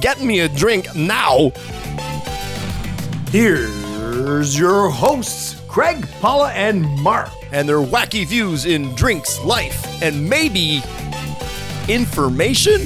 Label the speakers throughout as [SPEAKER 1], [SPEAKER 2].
[SPEAKER 1] get me a drink now!
[SPEAKER 2] Here's your hosts, Craig, Paula, and Mark.
[SPEAKER 1] and their wacky views in drinks, life, and maybe information?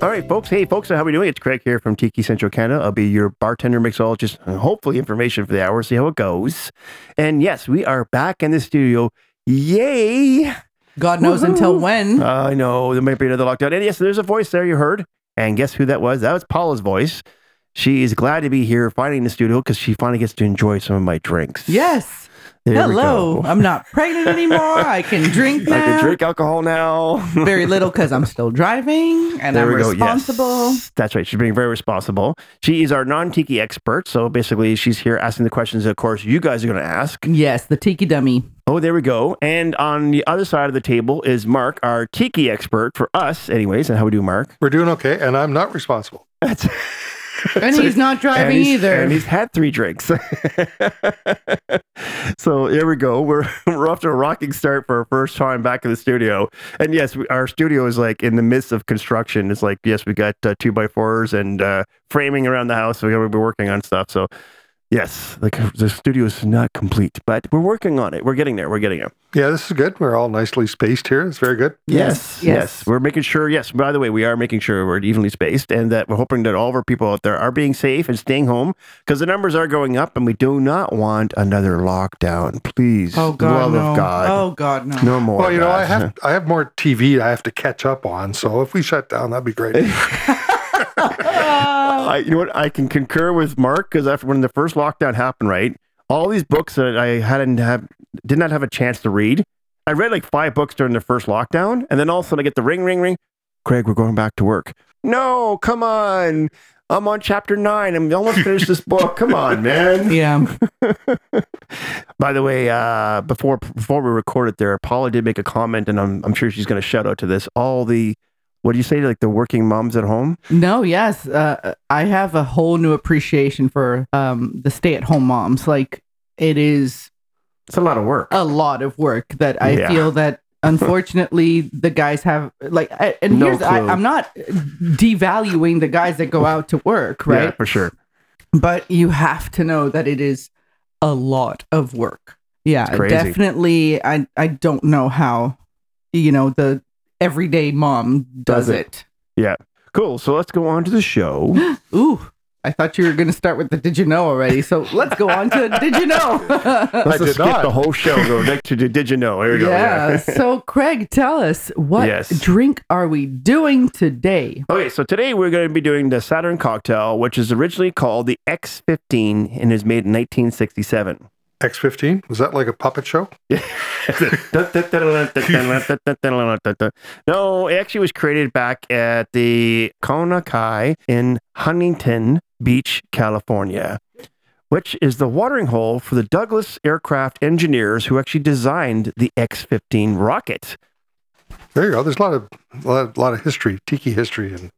[SPEAKER 3] All right, folks. Hey, folks. How we doing? It's Craig here from Tiki Central Canada. I'll be your bartender, mixologist, and hopefully information for the hour. See how it goes. And yes, we are back in the studio. Yay!
[SPEAKER 4] God knows until when.
[SPEAKER 3] I know there might be another lockdown. And yes, there's a voice there you heard. And guess who that was? That was Paula's voice. She is glad to be here, finally in the studio, because she finally gets to enjoy some of my drinks.
[SPEAKER 4] yes.
[SPEAKER 3] There we
[SPEAKER 4] Hello.
[SPEAKER 3] go.
[SPEAKER 4] I'm not pregnant anymore. I can drink now.
[SPEAKER 3] I can drink alcohol now.
[SPEAKER 4] Very little because I'm still driving and I'm
[SPEAKER 3] we go, yes.
[SPEAKER 4] responsible.
[SPEAKER 3] That's right. She's being very responsible. She is our non tiki expert. So basically, she's here asking the questions, that, of course, you guys are going to ask.
[SPEAKER 4] Yes. the tiki dummy.
[SPEAKER 3] Oh, there we go. And on the other side of the table is Mark, our tiki expert for us, anyways. And how we do, Mark?
[SPEAKER 5] We're doing okay, and I'm not responsible.
[SPEAKER 3] That's,
[SPEAKER 4] And he's not
[SPEAKER 3] and
[SPEAKER 4] driving
[SPEAKER 3] he's-
[SPEAKER 4] either.
[SPEAKER 3] And he's had three drinks. so there we go. We're, we're off to a rocking start for our first time back in the studio. And yes, we, our studio is like in the midst of construction. It's like, yes, we got uh, two by fours and uh, framing around the house. So we're working on stuff. So yes, the, co- the studio is not complete, but we're working on it. We're getting there. We're getting there.
[SPEAKER 5] Yeah, this is good. We're all nicely spaced here. It's very good.
[SPEAKER 3] Yes, yes,
[SPEAKER 4] Yes, yes.
[SPEAKER 3] We're making sure. Yes. By the way, we are making sure we're evenly spaced, and that we're hoping that all of our people out there are being safe and staying home because the numbers are going up, and we do not want another lockdown. Please,
[SPEAKER 4] oh
[SPEAKER 3] love
[SPEAKER 4] God. no.
[SPEAKER 3] of God,
[SPEAKER 4] Oh God, no.
[SPEAKER 3] no more.
[SPEAKER 5] well, you know,
[SPEAKER 3] God.
[SPEAKER 5] I have I have more TV I have to catch up on. So if we shut down, that'd be great.
[SPEAKER 3] I, you know what? I can concur with Mark because after when the first lockdown happened, right, all these books that I hadn't have did not have a chance to read. I read like five books during the first lockdown, and then all of a sudden I get the ring, ring, ring. Craig, we're going back to work. No, come on. I'm on chapter nine. I'm almost finished this book. Come on, man.
[SPEAKER 4] Yeah.
[SPEAKER 3] By the way, uh, before before we recorded there, Paula did make a comment, and I'm I'm sure she's going to shout out to this. All the what do you say? Like the working moms at home.
[SPEAKER 4] No, yes. Uh, I have a whole new appreciation for um, the stay at home moms. Like, it is
[SPEAKER 3] It's a lot of work.
[SPEAKER 4] a lot of work that I
[SPEAKER 3] Yeah.
[SPEAKER 4] feel that unfortunately the guys have like I- and
[SPEAKER 3] No
[SPEAKER 4] here's I,
[SPEAKER 3] clue.
[SPEAKER 4] I'm not devaluing the guys that go out to work right
[SPEAKER 3] Yeah, for sure.
[SPEAKER 4] but you have to know that it is a lot of work yeah
[SPEAKER 3] It's crazy.
[SPEAKER 4] definitely I I don't know how you know the everyday mom does,
[SPEAKER 3] Does
[SPEAKER 4] it.
[SPEAKER 3] Cool. So let's go on to the show.
[SPEAKER 4] ooh I thought you were going to start with the did you know already so let's go on to did you know
[SPEAKER 3] Let's
[SPEAKER 5] I
[SPEAKER 3] just
[SPEAKER 5] did
[SPEAKER 3] skip
[SPEAKER 5] not.
[SPEAKER 3] the whole show. Go right to the did you know? There you go.
[SPEAKER 4] yeah. so, Craig, tell us what
[SPEAKER 3] Yes.
[SPEAKER 4] drink are we doing today?
[SPEAKER 3] Okay, so today we're going to be doing the Saturn cocktail, which is originally called the X15 and is made in 1967.
[SPEAKER 5] X15 was that like a puppet show?
[SPEAKER 3] no, it actually was created back at the Kona Kai in Huntington Beach, California, which is the watering hole for the Douglas aircraft engineers who actually designed the X15 rocket.
[SPEAKER 5] There you go. There's a lot of a lot, lot of history, tiki history, and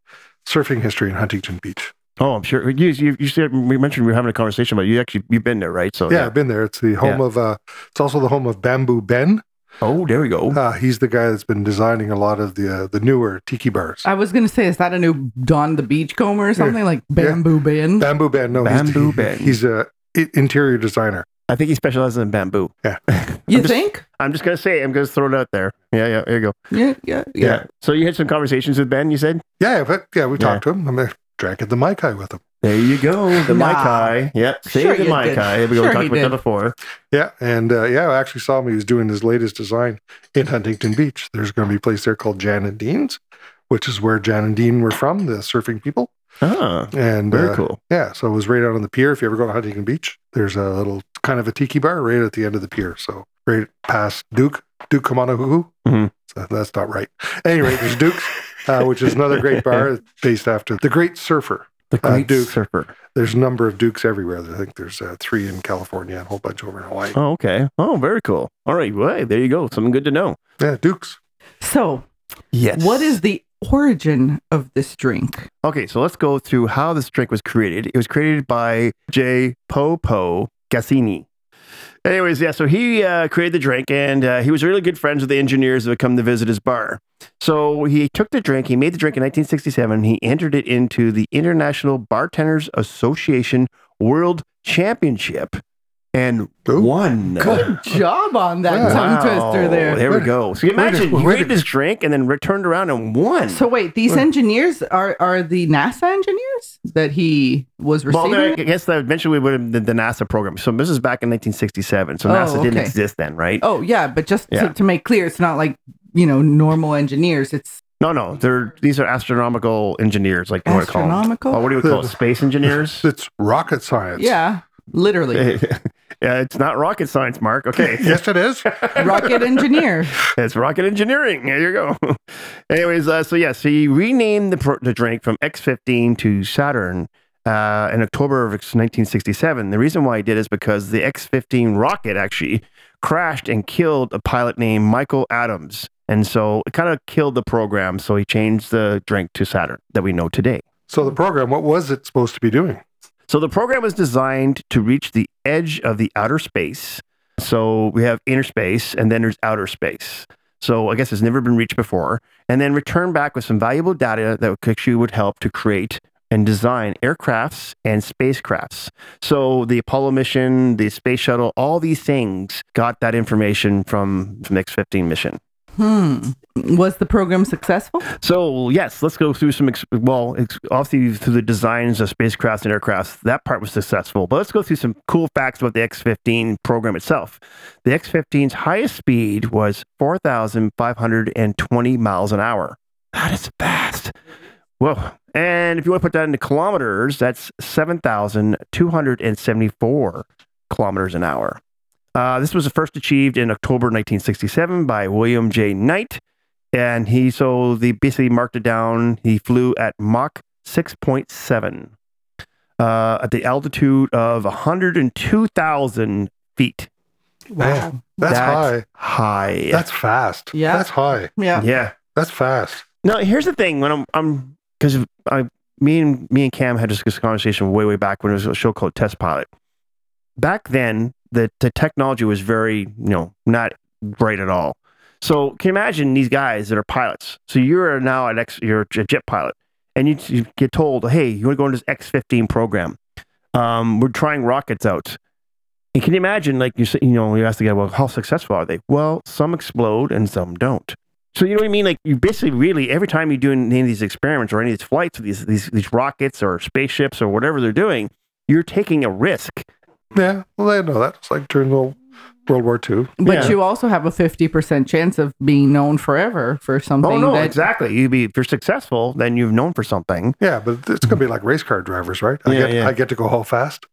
[SPEAKER 5] surfing history in Huntington Beach.
[SPEAKER 3] Oh, I'm sure. You, you, you said we mentioned we were having a conversation about it. you. Actually, you've been there, right? So
[SPEAKER 5] yeah, I've been there. It's the home
[SPEAKER 3] Oh, Yeah.
[SPEAKER 5] of. Uh, it's also the home of Bamboo Ben.
[SPEAKER 3] Oh, there we go.
[SPEAKER 5] Uh, he's the guy that's been designing a lot of the uh, the newer tiki bars.
[SPEAKER 3] Uh,
[SPEAKER 4] I was going to say, is that a new Don the Beachcomber or something like Bamboo Bin?
[SPEAKER 5] Bamboo Ben. No,
[SPEAKER 3] Bamboo
[SPEAKER 5] he's,
[SPEAKER 3] Ben.
[SPEAKER 5] He's a i- interior designer.
[SPEAKER 3] I think he specializes in bamboo.
[SPEAKER 4] you
[SPEAKER 3] I'm just-
[SPEAKER 4] think?
[SPEAKER 3] I'm just gonna say. it. I'm gonna throw it out there. Yeah, yeah. There you go.
[SPEAKER 4] Yeah, yeah, yeah.
[SPEAKER 3] So you had some conversations with Ben. You said.
[SPEAKER 5] Yeah, but yeah, we
[SPEAKER 3] Yeah.
[SPEAKER 5] talked to him. I mean, drank at the Mai Kai with him.
[SPEAKER 3] There you go. The
[SPEAKER 4] Nah.
[SPEAKER 3] Maikai. Yep. Save
[SPEAKER 4] Sure
[SPEAKER 3] the
[SPEAKER 4] you did.
[SPEAKER 3] Maikai. There we go.
[SPEAKER 4] Sure
[SPEAKER 3] we talked
[SPEAKER 4] he
[SPEAKER 3] about
[SPEAKER 4] did.
[SPEAKER 3] that before.
[SPEAKER 5] Yeah, and uh, yeah, I actually saw him. He was doing his latest design in Huntington Beach. There's going to be a place there called Jan and Dean's, which is where Jan and Dean were from, the surfing people.
[SPEAKER 3] Ah,
[SPEAKER 5] And
[SPEAKER 3] very
[SPEAKER 5] uh,
[SPEAKER 3] cool.
[SPEAKER 5] yeah, so it was right out on the pier. If you ever go to Huntington Beach, there's a little kind of a tiki bar right at the end of the pier. So right past Duke Duke Kamanahuhu.
[SPEAKER 3] Mhm.
[SPEAKER 5] So that's not right. Anyway, there's Duke's, uh, which is another great bar based after the Great Surfer.
[SPEAKER 3] The
[SPEAKER 5] Uh,
[SPEAKER 3] Great
[SPEAKER 5] Duke.
[SPEAKER 3] Surfer.
[SPEAKER 5] There's a number of Dukes everywhere. I think there's uh, three in California and a whole bunch over in Hawaii.
[SPEAKER 3] Oh, okay. Oh, very cool. All right. Well, hey, there you go. Something good to know.
[SPEAKER 5] Yeah, Dukes.
[SPEAKER 4] So,
[SPEAKER 3] Yes.
[SPEAKER 4] what is the origin of this drink?
[SPEAKER 3] Okay, so let's go through how this drink was created. It was created by J. Popo Gassini. Anyways, yeah, so he uh, created the drink and uh, he was really good friends with the engineers that would come to visit his bar. So he took the drink, he made the drink in 1967, he entered it into the International Bartenders Association World Championship and
[SPEAKER 5] Ooh.
[SPEAKER 3] won.
[SPEAKER 4] Good job on that
[SPEAKER 5] Wow.
[SPEAKER 4] tongue twister there.
[SPEAKER 3] we go. So you
[SPEAKER 5] Where did-
[SPEAKER 3] imagine he
[SPEAKER 5] where
[SPEAKER 3] created
[SPEAKER 5] did-
[SPEAKER 3] this drink and then re- turned around and won.
[SPEAKER 4] So wait, these engineers are are the NASA engineers that he was
[SPEAKER 3] Well,
[SPEAKER 4] receiving.
[SPEAKER 3] then I guess that eventually would have been the NASA program. So this is back in 1967. So
[SPEAKER 4] Oh,
[SPEAKER 3] NASA didn't
[SPEAKER 4] okay.
[SPEAKER 3] exist then, right?
[SPEAKER 4] oh yeah, but just
[SPEAKER 3] Yeah.
[SPEAKER 4] To, to make clear, it's not like you know normal engineers. It's
[SPEAKER 3] No, no, they're these are astronomical engineers, like you want to call them.
[SPEAKER 4] astronomical.
[SPEAKER 3] Oh, what do you call it? Space engineers?
[SPEAKER 5] It's rocket science.
[SPEAKER 4] yeah, literally,
[SPEAKER 3] yeah, it's not rocket science, Mark. Okay,
[SPEAKER 5] Yes, it is.
[SPEAKER 4] rocket engineer.
[SPEAKER 3] it's rocket engineering. There you go. Anyways, uh, so yes, he renamed the, pro- the drink from X15 to Saturn uh, in October of 1967. The reason why he did is because the X15 rocket actually crashed and killed a pilot named Michael Adams. And so it kind of killed the program. So he changed the drink to Saturn that we know today.
[SPEAKER 5] So the program, what was it supposed to be doing?
[SPEAKER 3] So the program was designed to reach the edge of the outer space. So we have inner space and then there's outer space. So I guess it's never been reached before. And then return back with some valuable data that would- actually would help to create and design aircrafts and spacecrafts. So the Apollo mission, the space shuttle, all these things got that information from, from the X-15 mission.
[SPEAKER 4] Hmm. Was the program successful?
[SPEAKER 3] So yes, let's go through some. Ex- well, ex- obviously through the designs of spacecrafts and aircrafts, that part was successful. But let's go through some cool facts about the X-15 program itself. The X-15's highest speed was 4,520 miles an hour. That is fast. Whoa. And if you want to put that into kilometers, that's 7,274 kilometers an hour. Uh, this was first achieved in October 1967 by William J. Knight and he so they basically marked it down. He flew at Mach 6.7 uh, at the altitude of 102,000 feet.
[SPEAKER 5] Man, that's, high.
[SPEAKER 3] High.
[SPEAKER 5] That's fast.
[SPEAKER 4] Yeah.
[SPEAKER 5] That's high.
[SPEAKER 4] Yeah.
[SPEAKER 3] yeah.
[SPEAKER 5] That's fast.
[SPEAKER 3] No, here's the thing. When I'm, I'm, because I, me and me and Cam had this conversation way, way back when it was a show called Test Pilot. Back then, the the technology was very, you know, not great at all. So can you imagine these guys that are pilots? So you're now an ex, you're a jet pilot, and you, you get told, hey, you want to go into this X-15 program? Um, we're trying rockets out. And can you imagine, like you say, you know, you ask the guy, well, how successful are they? Well, some explode and some don't. So you know what I mean? Like you basically really every time you're doing any of these experiments or any of these flights or these these these rockets or spaceships or whatever they're doing, you're taking a risk.
[SPEAKER 5] Yeah. Well, I know that. It's like during the World War II.
[SPEAKER 4] But
[SPEAKER 3] Yeah.
[SPEAKER 4] you also have a fifty percent chance of being known forever for something
[SPEAKER 3] Oh no,
[SPEAKER 4] that
[SPEAKER 3] exactly. You be if you're successful, then you've known for something.
[SPEAKER 5] Yeah, but it's going to be like race car drivers, right? I,
[SPEAKER 3] Mm-hmm. Yeah,
[SPEAKER 5] get,
[SPEAKER 3] yeah.
[SPEAKER 5] I get to go how fast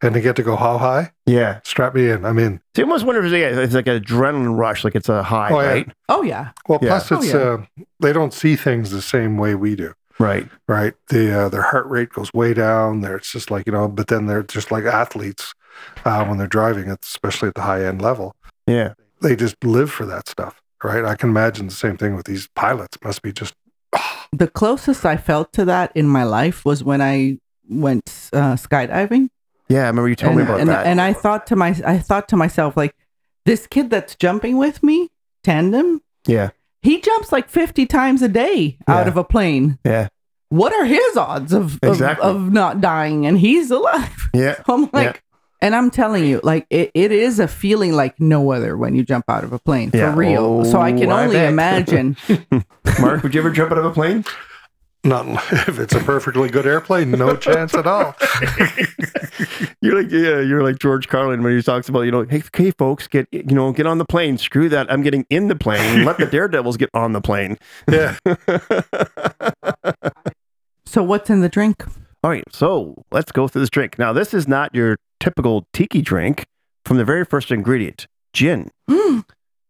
[SPEAKER 5] and I get to go how high.
[SPEAKER 3] Yeah.
[SPEAKER 5] Strap me in. I mean,
[SPEAKER 3] So you almost wonder if it's, yeah, it's like an adrenaline rush, like it's a high,
[SPEAKER 5] Oh, yeah.
[SPEAKER 3] right?
[SPEAKER 4] Oh yeah.
[SPEAKER 5] well,
[SPEAKER 3] Yeah.
[SPEAKER 5] plus
[SPEAKER 4] Oh, yeah.
[SPEAKER 5] it's, uh, they don't see things the same way we do,
[SPEAKER 3] Right.
[SPEAKER 5] right? The, uh, their heart rate goes way down. There, it's just like, you know, but then they're just like athletes uh, when they're driving, especially at the high end level.
[SPEAKER 3] Yeah.
[SPEAKER 5] They just live for that stuff, right? I can imagine the same thing with these pilots. Must be just,
[SPEAKER 4] The closest I felt to that in my life was when I went uh, skydiving.
[SPEAKER 3] Yeah, I remember you told me
[SPEAKER 4] and,
[SPEAKER 3] about
[SPEAKER 4] and,
[SPEAKER 3] that.
[SPEAKER 4] and I thought to my I thought to myself like this kid that's jumping with me tandem
[SPEAKER 3] yeah.
[SPEAKER 4] he jumps like 50 times a day out
[SPEAKER 3] Yeah.
[SPEAKER 4] of a plane
[SPEAKER 3] Yeah.
[SPEAKER 4] what are his odds of of,
[SPEAKER 3] Exactly.
[SPEAKER 4] of not dying and he's alive
[SPEAKER 3] Yeah.
[SPEAKER 4] I'm like and I'm telling you like it, it is a feeling like no other when you jump out of a plane
[SPEAKER 3] Yeah.
[SPEAKER 4] for real so I can
[SPEAKER 3] Oh, I
[SPEAKER 4] only
[SPEAKER 3] bet.
[SPEAKER 4] imagine
[SPEAKER 3] Mark, would you ever jump out of a plane?
[SPEAKER 5] not if it's a perfectly good airplane, no chance at all.
[SPEAKER 3] You're like yeah, you're like George Carlin when he talks about you know, hey, hey folks, get you know, get on the plane. Screw that, I'm getting in the plane. Let the daredevils get on the plane.
[SPEAKER 5] Yeah.
[SPEAKER 4] so what's in the drink
[SPEAKER 3] All right, so let's go through this drink. Now, this is not your typical tiki drink. From the very first ingredient, gin.
[SPEAKER 4] Mm,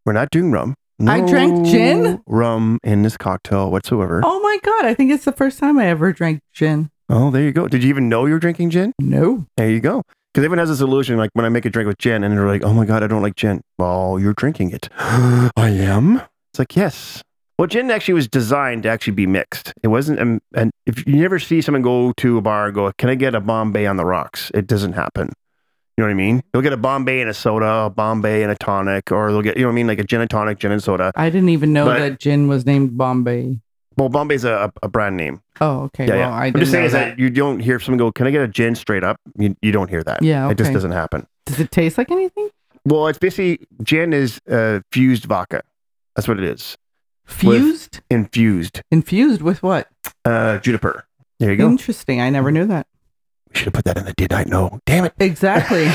[SPEAKER 3] We're not doing rum.
[SPEAKER 4] I drank gin?
[SPEAKER 3] No Rum in this cocktail whatsoever. Oh.
[SPEAKER 4] Oh my god! I think it's the first time I ever drank gin.
[SPEAKER 3] there you go. Did you even know you were drinking gin?
[SPEAKER 4] No.
[SPEAKER 3] There you go. Because everyone has this illusion, like when I make a drink with gin, and they're like, "Oh my god, I don't like gin." Well, you're drinking it. I am. It's like yes. Well, gin actually was designed to actually be mixed. It wasn't, um, and if you never see someone go to a bar and go, "Can I get a Bombay on the rocks?" It doesn't happen. You know what I mean? They'll get a Bombay and a soda, a Bombay and a tonic, or they'll get, you know what I mean, like a gin and tonic, gin and soda.
[SPEAKER 4] I didn't even know
[SPEAKER 3] But-
[SPEAKER 4] that gin was named Bombay.
[SPEAKER 3] Well, Bombay's a, a a brand name.
[SPEAKER 4] Oh, okay.
[SPEAKER 3] Yeah,
[SPEAKER 4] well,
[SPEAKER 3] yeah.
[SPEAKER 4] I
[SPEAKER 3] I'm
[SPEAKER 4] didn't
[SPEAKER 3] just saying
[SPEAKER 4] know
[SPEAKER 3] is
[SPEAKER 4] that.
[SPEAKER 3] that you don't hear someone go, "Can I get a gin straight up?" You, you don't hear that.
[SPEAKER 4] Yeah,
[SPEAKER 3] it just
[SPEAKER 4] okay.
[SPEAKER 3] doesn't happen.
[SPEAKER 4] Does it taste like anything?
[SPEAKER 3] Well, it's basically gin is uh, fused vodka. That's what it is.
[SPEAKER 4] Fused?
[SPEAKER 3] Infused
[SPEAKER 4] Infused with what?
[SPEAKER 3] uh, juniper. There you go.
[SPEAKER 4] Interesting. I never knew that.
[SPEAKER 3] we should have put that in the did I know? Damn it.
[SPEAKER 4] Exactly.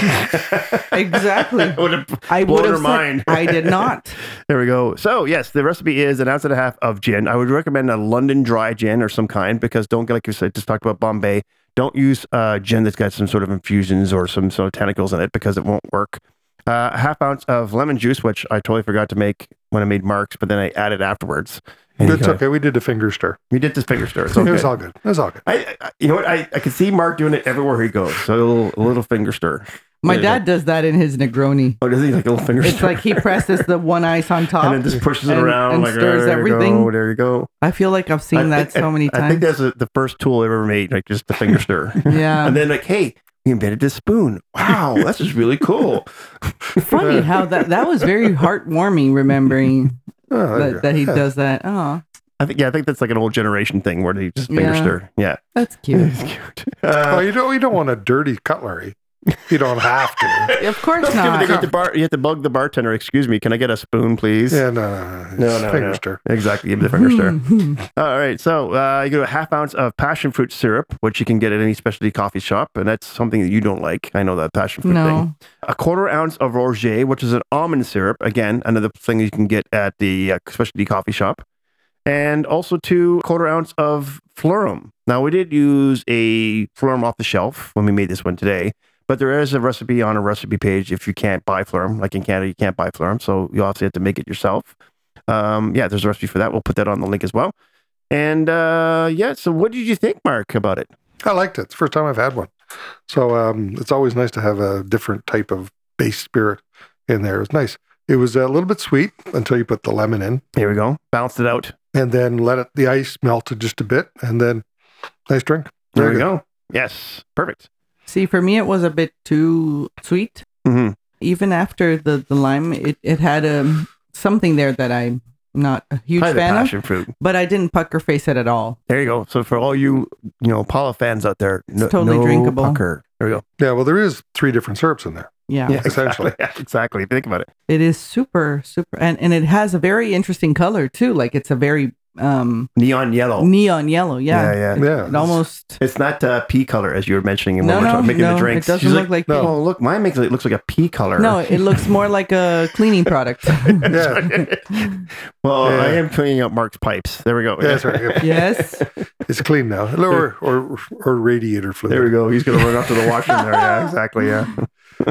[SPEAKER 4] Exactly.
[SPEAKER 3] Would have
[SPEAKER 4] I
[SPEAKER 3] blown
[SPEAKER 4] would
[SPEAKER 3] her
[SPEAKER 4] have said-
[SPEAKER 3] mind.
[SPEAKER 4] I did not.
[SPEAKER 3] There we go. So yes, the recipe is an ounce and a half of gin. I would recommend a London dry gin or some kind because don't get like you said, just talked about Bombay. Don't use uh, gin that's got some sort of infusions or some sort of tentacles in it because it won't work. Uh, a half ounce of lemon juice, which I totally forgot to make when I made marks, but then I added afterwards. And you
[SPEAKER 5] It's
[SPEAKER 3] kinda-
[SPEAKER 5] okay. We did a finger stir.
[SPEAKER 3] We did this finger stir. It's
[SPEAKER 5] It
[SPEAKER 3] okay.
[SPEAKER 5] was all good. It was all good.
[SPEAKER 3] I, I, you know what? I, I can see Mark doing it everywhere he goes. So a little, a little finger stir.
[SPEAKER 4] My
[SPEAKER 3] There you
[SPEAKER 4] dad does that in his Negroni.
[SPEAKER 3] Oh, does he like a little finger
[SPEAKER 4] It's
[SPEAKER 3] stir?
[SPEAKER 4] like he presses the one ice on top.
[SPEAKER 3] and then just pushes it
[SPEAKER 4] and-
[SPEAKER 3] around
[SPEAKER 4] and
[SPEAKER 3] like
[SPEAKER 4] stirs
[SPEAKER 3] there you
[SPEAKER 4] everything.
[SPEAKER 3] go, there you go.
[SPEAKER 4] I feel like I've seen
[SPEAKER 3] I
[SPEAKER 4] that
[SPEAKER 3] think-
[SPEAKER 4] so many
[SPEAKER 3] I think
[SPEAKER 4] times.
[SPEAKER 3] that's the first tool I ever made, like just the finger stir.
[SPEAKER 4] Yeah.
[SPEAKER 3] and then like, hey, we invented this spoon. Wow, this is really cool.
[SPEAKER 4] Funny
[SPEAKER 3] uh,
[SPEAKER 4] how that that was very heartwarming remembering
[SPEAKER 5] Oh, there you
[SPEAKER 4] that, that he does that. Oh,
[SPEAKER 3] I think yeah, I think that's like an old generation thing where they just finger
[SPEAKER 4] Yeah.
[SPEAKER 3] stir. Yeah,
[SPEAKER 4] that's cute.
[SPEAKER 3] it's cute.
[SPEAKER 5] go.
[SPEAKER 3] Uh,
[SPEAKER 5] oh, you don't. You don't want a dirty cutlery. You don't have to.
[SPEAKER 4] Of course
[SPEAKER 3] that's stupid. you, have
[SPEAKER 4] not.
[SPEAKER 3] to bar- you have to bug the bartender. Excuse me, can I get a spoon, please?
[SPEAKER 5] Yeah, no, no, no.
[SPEAKER 3] No,
[SPEAKER 5] It's
[SPEAKER 3] no,
[SPEAKER 5] finger
[SPEAKER 3] no.
[SPEAKER 5] stir.
[SPEAKER 3] Exactly. Give me the finger stir.
[SPEAKER 4] Mhm.
[SPEAKER 3] All right, so uh, you get a half ounce of passion fruit syrup, which you can get at any specialty coffee shop, and that's something that you don't like. I know that passion fruit thing.
[SPEAKER 4] no.
[SPEAKER 3] A quarter ounce of Roger, which is an almond syrup. Again, another thing you can get at the uh, specialty coffee shop, and also two quarter ounce of Flurum. Now we did use a Flurum off the shelf when we made this one today, but there is a recipe on a recipe page if you can't buy Flurum. Like in Canada, you can't buy Flurum, so you obviously have to make it yourself. Um, yeah, there's a recipe for that. We'll put that on the link as well. And uh, yeah, so what did you think, Mark, about it?
[SPEAKER 5] I liked it. It's the first time I've had one. So um, it's always nice to have a different type of base spirit in there. It was nice. It was a little bit sweet until you put the lemon in
[SPEAKER 3] Here we go. Balanced it out.
[SPEAKER 5] and then let it, the ice melted just a bit and then nice drink.
[SPEAKER 3] There
[SPEAKER 5] Very
[SPEAKER 3] we
[SPEAKER 5] good.
[SPEAKER 3] go. Yes, perfect.
[SPEAKER 4] See, for me, it was a bit too sweet.
[SPEAKER 3] hmm
[SPEAKER 4] even after the the lime, it, it had um something there that I'm not a huge
[SPEAKER 3] Probably the
[SPEAKER 4] fan of,
[SPEAKER 3] passion fruit.
[SPEAKER 4] but I didn't pucker face it at all.
[SPEAKER 3] There you go. So for all you you know Paula fans out there, no,
[SPEAKER 4] totally
[SPEAKER 3] no
[SPEAKER 4] drinkable.
[SPEAKER 3] pucker. There we go.
[SPEAKER 5] Yeah, well, there is three different syrups in there.
[SPEAKER 4] Yeah.
[SPEAKER 3] exactly.
[SPEAKER 5] Essentially.
[SPEAKER 3] Yeah, exactly. Think about it.
[SPEAKER 4] It is super super and and it has a very interesting color too. Like it's a very um
[SPEAKER 3] Neon yellow.
[SPEAKER 4] neon yellow. Yeah.
[SPEAKER 3] Oh. yeah. yeah.
[SPEAKER 5] Yeah.
[SPEAKER 4] It almost
[SPEAKER 3] It's not uh, pea color as you were mentioning when
[SPEAKER 4] No,
[SPEAKER 3] we were
[SPEAKER 4] no,
[SPEAKER 3] talking, making
[SPEAKER 4] no,
[SPEAKER 3] the drinks.
[SPEAKER 4] it doesn't
[SPEAKER 3] She's
[SPEAKER 4] look like
[SPEAKER 5] no.
[SPEAKER 3] Oh, look, mine makes it, it looks like a pea color.
[SPEAKER 4] No, it looks more like a cleaning product.
[SPEAKER 5] Yeah.
[SPEAKER 3] well,
[SPEAKER 5] Yeah.
[SPEAKER 3] I am cleaning up Mark's pipes. There we go.
[SPEAKER 5] Yeah, that's right. Yeah.
[SPEAKER 4] yes.
[SPEAKER 5] It's clean now. Or, or, or radiator fluid.
[SPEAKER 3] There we go. He's gonna run up to the washroom there. Yeah, exactly. Yeah.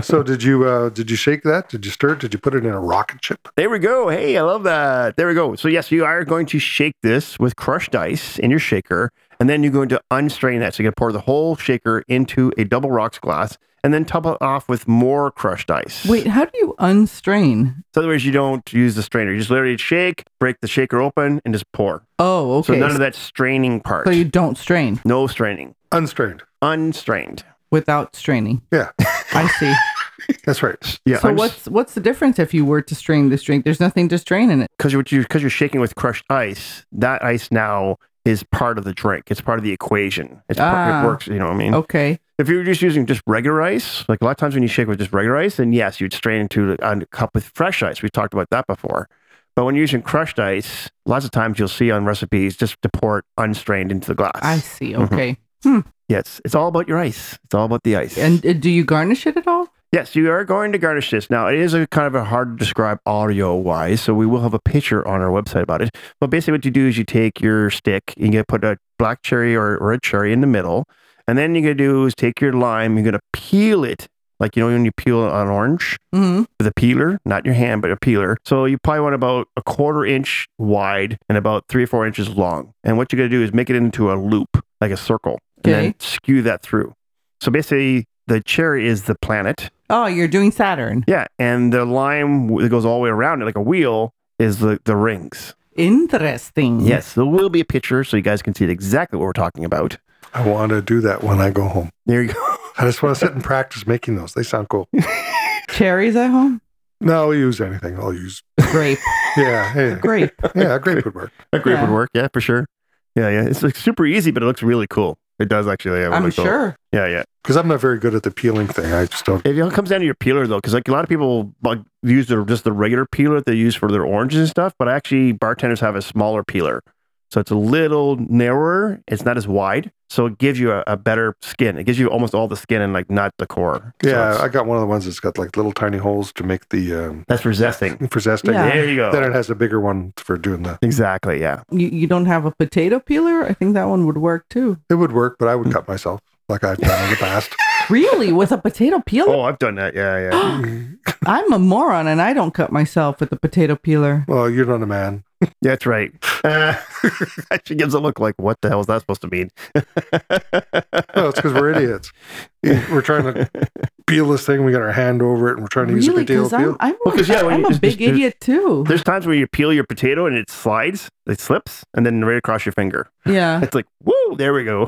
[SPEAKER 5] So did you uh, did you shake that? Did you stir it? Did you put it in a rocket ship?
[SPEAKER 3] There we go. Hey, I love that. There we go. So, yes, you are going to shake this with crushed ice in your shaker, and then you're going to unstrain that. So, you're going to pour the whole shaker into a double rocks glass and then top it off with more crushed ice.
[SPEAKER 4] Wait, how do you unstrain?
[SPEAKER 3] So, in other words, you don't use the strainer. You just literally shake, break the shaker open, and just pour.
[SPEAKER 4] Oh,
[SPEAKER 3] So,
[SPEAKER 4] okay.
[SPEAKER 3] none of that straining part.
[SPEAKER 4] so you don't strain
[SPEAKER 3] no straining.
[SPEAKER 5] Unstrained.
[SPEAKER 3] Unstrained.
[SPEAKER 4] without straining.
[SPEAKER 5] Yeah.
[SPEAKER 4] I see.
[SPEAKER 5] That's right.
[SPEAKER 3] Yeah.
[SPEAKER 4] So what's what's the difference if you were to strain this drink? There's nothing to strain in it.
[SPEAKER 3] because you're because you're shaking with crushed ice, that ice now is part of the drink. It's part of the equation. It's part,
[SPEAKER 4] Ah.
[SPEAKER 3] it works. You know what I mean?
[SPEAKER 4] Okay.
[SPEAKER 3] If you were just using just regular ice, like a lot of times when you shake with just regular ice, then yes, you'd strain into a cup with fresh ice. We've talked about that before. But when you're using crushed ice, lots of times you'll see on recipes just to pour it unstrained into the glass.
[SPEAKER 4] I see.
[SPEAKER 3] Mm-hmm.
[SPEAKER 4] Okay.
[SPEAKER 3] Yes, it's all about your ice. It's all about the ice.
[SPEAKER 4] And uh, do you garnish it at all?
[SPEAKER 3] Yes, you are going to garnish this. Now, it is a kind of a hard to describe audio wise, so we will have a picture on our website about it. But basically, what you do is you take your stick, you get put a black cherry or, or a cherry in the middle, and then you're going to do is take your lime, you're going to peel it Like you know when you peel an orange
[SPEAKER 4] hmm
[SPEAKER 3] with a peeler, not your hand, but a peeler. So you probably want about a quarter inch wide and about three or four inches long. And what you got to do is make it into a loop, like a circle, and then
[SPEAKER 4] Okay.
[SPEAKER 3] skew that through. So basically, the cherry is the planet,
[SPEAKER 4] Oh, you're doing Saturn.
[SPEAKER 3] yeah, and the lime w- that goes all the way around it, like a wheel, is the the rings.
[SPEAKER 4] Interesting.
[SPEAKER 5] Mm-hmm.
[SPEAKER 3] Yes, there will be a picture so you guys can see exactly what we're talking about.
[SPEAKER 5] I want to do that when I go home.
[SPEAKER 3] There you go.
[SPEAKER 5] I just want to sit and practice making those. They sound cool.
[SPEAKER 4] Cherries at home?
[SPEAKER 5] No, I'll use anything. I'll use.
[SPEAKER 4] Grape.
[SPEAKER 5] Yeah. Hey,
[SPEAKER 4] Grape.
[SPEAKER 5] yeah. Grape would work.
[SPEAKER 3] That grape
[SPEAKER 4] Yeah.
[SPEAKER 3] would work, yeah, for sure. Yeah, yeah. It's like super easy, but it looks really cool. It does actually. Yeah, it would
[SPEAKER 4] I'm
[SPEAKER 3] look cool.
[SPEAKER 4] sure.
[SPEAKER 3] Yeah, yeah.
[SPEAKER 5] Because I'm not very good at the peeling thing. I just don't.
[SPEAKER 3] It all comes down to your peeler though, because like a lot of people like, use their just the regular peeler that they use for their oranges and stuff, but actually bartenders have a smaller peeler. So it's a little narrower. It's not as wide. So it gives you a, a better skin. It gives you almost all the skin and like not the core. So
[SPEAKER 5] Yeah,
[SPEAKER 3] it's-
[SPEAKER 5] I got one of the ones that's got like little tiny holes to make the um,
[SPEAKER 3] that's for zesting.
[SPEAKER 5] for zesting.
[SPEAKER 4] Yeah.
[SPEAKER 3] There you go.
[SPEAKER 5] Then it has a bigger one for doing the.
[SPEAKER 3] Exactly. Yeah.
[SPEAKER 4] You, you don't have a potato peeler? I think that one would work too.
[SPEAKER 5] It would work, but I would cut myself like I've done in the past.
[SPEAKER 4] Really? With a potato peeler?
[SPEAKER 3] Oh, I've done that. Yeah, yeah.
[SPEAKER 4] I'm a moron and I don't cut myself with a potato peeler.
[SPEAKER 5] well, you're not a man.
[SPEAKER 3] That's right. Uh, she gives a look like, what the hell is that supposed to mean?
[SPEAKER 5] No, it's because we're idiots. We're trying to peel this thing. We got our hand over it, and we're trying to use a
[SPEAKER 4] Really?
[SPEAKER 5] potato
[SPEAKER 4] Because I'm,
[SPEAKER 5] peel.
[SPEAKER 4] I'm,
[SPEAKER 3] Well, 'cause, yeah,
[SPEAKER 4] a,
[SPEAKER 3] when
[SPEAKER 4] I'm
[SPEAKER 3] you-
[SPEAKER 4] a
[SPEAKER 3] it's
[SPEAKER 4] big
[SPEAKER 3] just- it's-
[SPEAKER 4] idiot too.
[SPEAKER 3] There's times where you peel your potato and it slides, it slips, and then right across your finger.
[SPEAKER 4] Yeah.
[SPEAKER 3] It's like, whoa, there we go.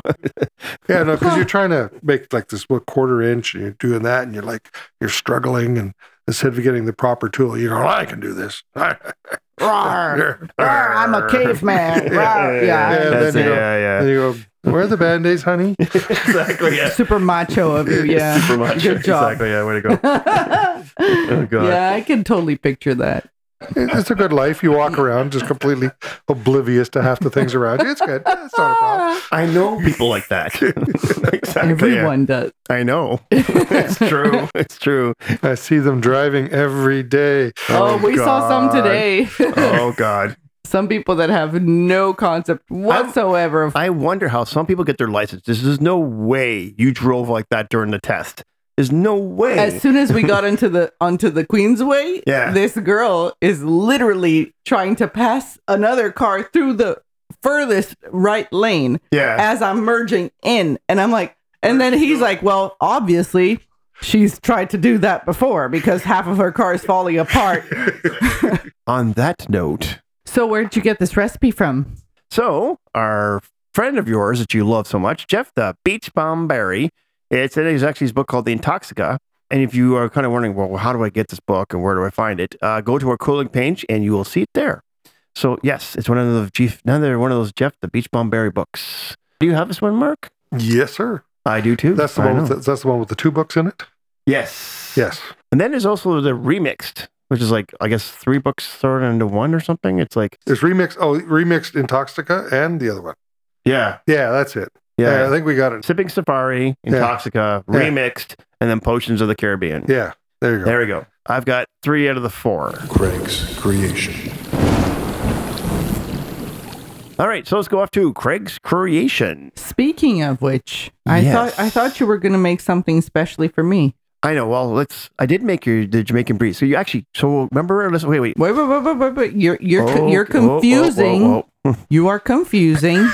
[SPEAKER 5] Yeah, no, because
[SPEAKER 4] Huh.
[SPEAKER 5] you're trying to make like this what quarter inch, and you're doing that, and you're like you're struggling, and instead of getting the proper tool, you know I can do this.
[SPEAKER 4] Rawr. Rawr, Ah, I'm a caveman. Rawr. Yeah.
[SPEAKER 5] Yeah.
[SPEAKER 3] That's
[SPEAKER 5] then
[SPEAKER 3] it,
[SPEAKER 5] you go-
[SPEAKER 3] yeah,
[SPEAKER 5] And
[SPEAKER 3] yeah.
[SPEAKER 5] you go, where are the band aids, honey?
[SPEAKER 3] exactly. Yeah.
[SPEAKER 4] Super macho of you. Yeah.
[SPEAKER 3] Super much.
[SPEAKER 4] Good job.
[SPEAKER 3] Exactly. Yeah. Way to go. Oh, God.
[SPEAKER 4] Yeah, I can totally picture that.
[SPEAKER 5] It's a good life. You walk around just completely oblivious to half the things around you. It's good. It's not a problem.
[SPEAKER 3] I know people like that. exactly. yeah.
[SPEAKER 4] Everyone does.
[SPEAKER 3] I know. it's true. It's true.
[SPEAKER 5] I see them driving every day.
[SPEAKER 4] Oh, we saw some
[SPEAKER 3] God.
[SPEAKER 4] today.
[SPEAKER 3] Oh God.
[SPEAKER 4] some people that have no concept whatsoever of
[SPEAKER 3] I wonder how some people get their license. There's no way you drove like that during the test. There's no way.
[SPEAKER 4] as soon as we got into the onto the Queensway,
[SPEAKER 3] Yeah.
[SPEAKER 4] this girl is literally trying to pass another car through the furthest right lane
[SPEAKER 3] yeah.
[SPEAKER 4] as I'm merging in. And I'm like, and then he's like, well, obviously she's tried to do that before because half of her car is falling apart.
[SPEAKER 3] On that note,
[SPEAKER 4] so where'd you get this recipe from?
[SPEAKER 3] so our friend of yours that you love so much, Jeff the Beach Bomb Berry, it's in his actually his book called The Intoxica. And if you are kind of wondering, well, how do I get this book and where do I find it? Uh, go to our cooling page and you will see it there. So yes, it's one of the Jeff, another one of those Jeff the Beach Bomb Berry books. Do you have this one, Mark?
[SPEAKER 5] Yes, sir.
[SPEAKER 3] I do too.
[SPEAKER 5] That's the
[SPEAKER 3] I
[SPEAKER 5] one. With
[SPEAKER 3] know.
[SPEAKER 5] the, that's the one with the two books in it.
[SPEAKER 3] yes.
[SPEAKER 5] Yes.
[SPEAKER 3] And then there's also the remixed, which is like I guess three books thrown into one or something. It's like
[SPEAKER 5] There's remix. Oh, remixed Intoxica and the other one.
[SPEAKER 3] yeah,
[SPEAKER 5] Yeah, that's it.
[SPEAKER 3] yeah.
[SPEAKER 5] Yeah, I think we got it.
[SPEAKER 3] Sipping Safari,
[SPEAKER 5] Yeah.
[SPEAKER 3] Intoxica,
[SPEAKER 5] Yeah.
[SPEAKER 3] remixed, and then Potions of the Caribbean.
[SPEAKER 5] Yeah, there you go.
[SPEAKER 3] There we go. I've got three out of the four.
[SPEAKER 6] Craig's Creation.
[SPEAKER 3] All right, so let's go off to Craig's creation.
[SPEAKER 4] Speaking of which, I
[SPEAKER 3] Yes.
[SPEAKER 4] thought I thought you were gonna make something specially for me.
[SPEAKER 3] I know. Well, let's. I did make your the Jamaican breeze. So you actually. So remember. Let's wait. Wait.
[SPEAKER 4] Wait, wait, wait, wait, wait, wait. You're you're co-
[SPEAKER 3] Oh,
[SPEAKER 4] you're
[SPEAKER 3] oh, oh, oh,
[SPEAKER 4] confusing.
[SPEAKER 3] oh.
[SPEAKER 4] You are confusing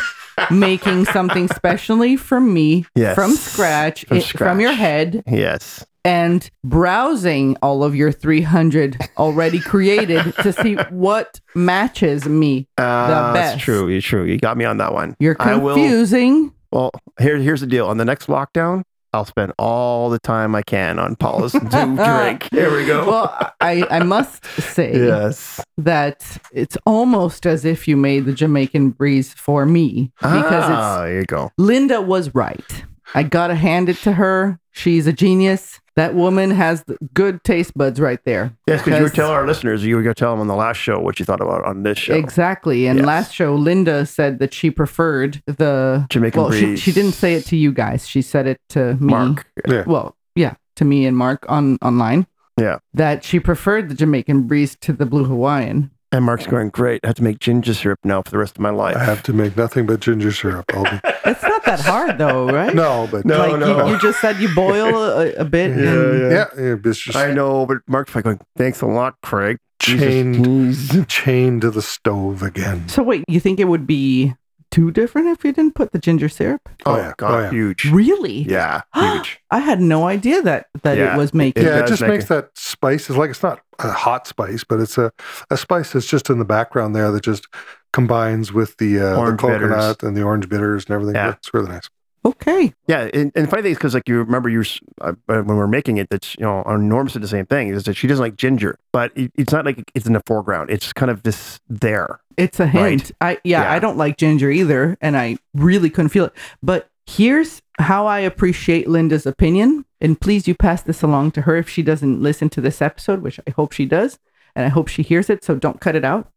[SPEAKER 4] making something specially for me
[SPEAKER 3] Yes.
[SPEAKER 4] from scratch
[SPEAKER 3] From
[SPEAKER 4] i- from your
[SPEAKER 3] scratch.
[SPEAKER 4] head
[SPEAKER 3] Yes.
[SPEAKER 4] and browsing all of your 300 already created to see what matches me.
[SPEAKER 3] Uh,
[SPEAKER 4] best.
[SPEAKER 3] That's true. You're true. You got me on that one.
[SPEAKER 4] You're
[SPEAKER 3] I will
[SPEAKER 4] confusing.
[SPEAKER 3] Well, here, here's the deal. On the next lockdown, I'll spend all the time I can on Paula's new drink. Here we go.
[SPEAKER 4] Well, I, I must say
[SPEAKER 3] yes.
[SPEAKER 4] that it's almost as if you made the Jamaican breeze for me because it's
[SPEAKER 3] ah, there you go.
[SPEAKER 4] Linda was right. I gotta hand it to her. She's a genius. That woman has the good taste buds right there.
[SPEAKER 3] Yes, because you were
[SPEAKER 4] Because-
[SPEAKER 3] telling our listeners, you were going to tell them on the last show what you thought about on this show.
[SPEAKER 4] Exactly. And
[SPEAKER 3] Yes.
[SPEAKER 4] last show, Linda said that she preferred the
[SPEAKER 3] Jamaican
[SPEAKER 4] well, she,
[SPEAKER 3] breeze.
[SPEAKER 4] she didn't say it to you guys. She said it to me.
[SPEAKER 3] Mark.
[SPEAKER 4] Well, yeah, to me and Mark on online.
[SPEAKER 3] Yeah.
[SPEAKER 4] That she preferred the Jamaican breeze to the Blue Hawaiian.
[SPEAKER 3] And Mark's going, great. I have to make ginger syrup now for the rest of my life.
[SPEAKER 5] I have to make nothing but ginger syrup. I'll be,
[SPEAKER 4] It's not that hard though, right?
[SPEAKER 5] no, but
[SPEAKER 3] No,
[SPEAKER 4] like
[SPEAKER 3] no.
[SPEAKER 4] You, you just said you boil a, a bit. and,
[SPEAKER 5] yeah, yeah, it's just
[SPEAKER 3] I know, but Mark's like going, thanks a lot, Craig. Jesus,
[SPEAKER 5] chained,
[SPEAKER 3] please."
[SPEAKER 5] chained to the stove again.
[SPEAKER 4] So wait, you think it would be too different if you didn't put the ginger syrup?
[SPEAKER 5] Oh,
[SPEAKER 3] Oh,
[SPEAKER 5] yeah.
[SPEAKER 3] God,
[SPEAKER 5] Oh, yeah.
[SPEAKER 3] huge.
[SPEAKER 4] Really?
[SPEAKER 3] Yeah, huge.
[SPEAKER 4] I had no idea that that
[SPEAKER 3] Yeah.
[SPEAKER 4] it was making.
[SPEAKER 3] It
[SPEAKER 5] yeah, it
[SPEAKER 3] does
[SPEAKER 5] just
[SPEAKER 3] make
[SPEAKER 5] makes
[SPEAKER 3] it-
[SPEAKER 5] that spice. It's like it's not a hot spice, but it's a, a spice that's just in the background there that just combines with the, uh, the
[SPEAKER 3] Orange bitters.
[SPEAKER 5] coconut and the orange bitters and everything.
[SPEAKER 3] Yeah.
[SPEAKER 5] It's really nice.
[SPEAKER 4] Okay.
[SPEAKER 3] Yeah, and, and funny thing is because like you remember you were s- uh, uh, when we were making it that you know our Norm said the same thing is that she doesn't like ginger, but it, it's not like it's in the foreground. It's kind of just there.
[SPEAKER 4] It's a hint. I yeah,
[SPEAKER 3] Yeah.
[SPEAKER 4] I don't like ginger either, and I really couldn't feel it. But here's how I appreciate Linda's opinion, and please you pass this along to her if she doesn't listen to this episode, which I hope she does, and I hope she hears it. So don't cut it out.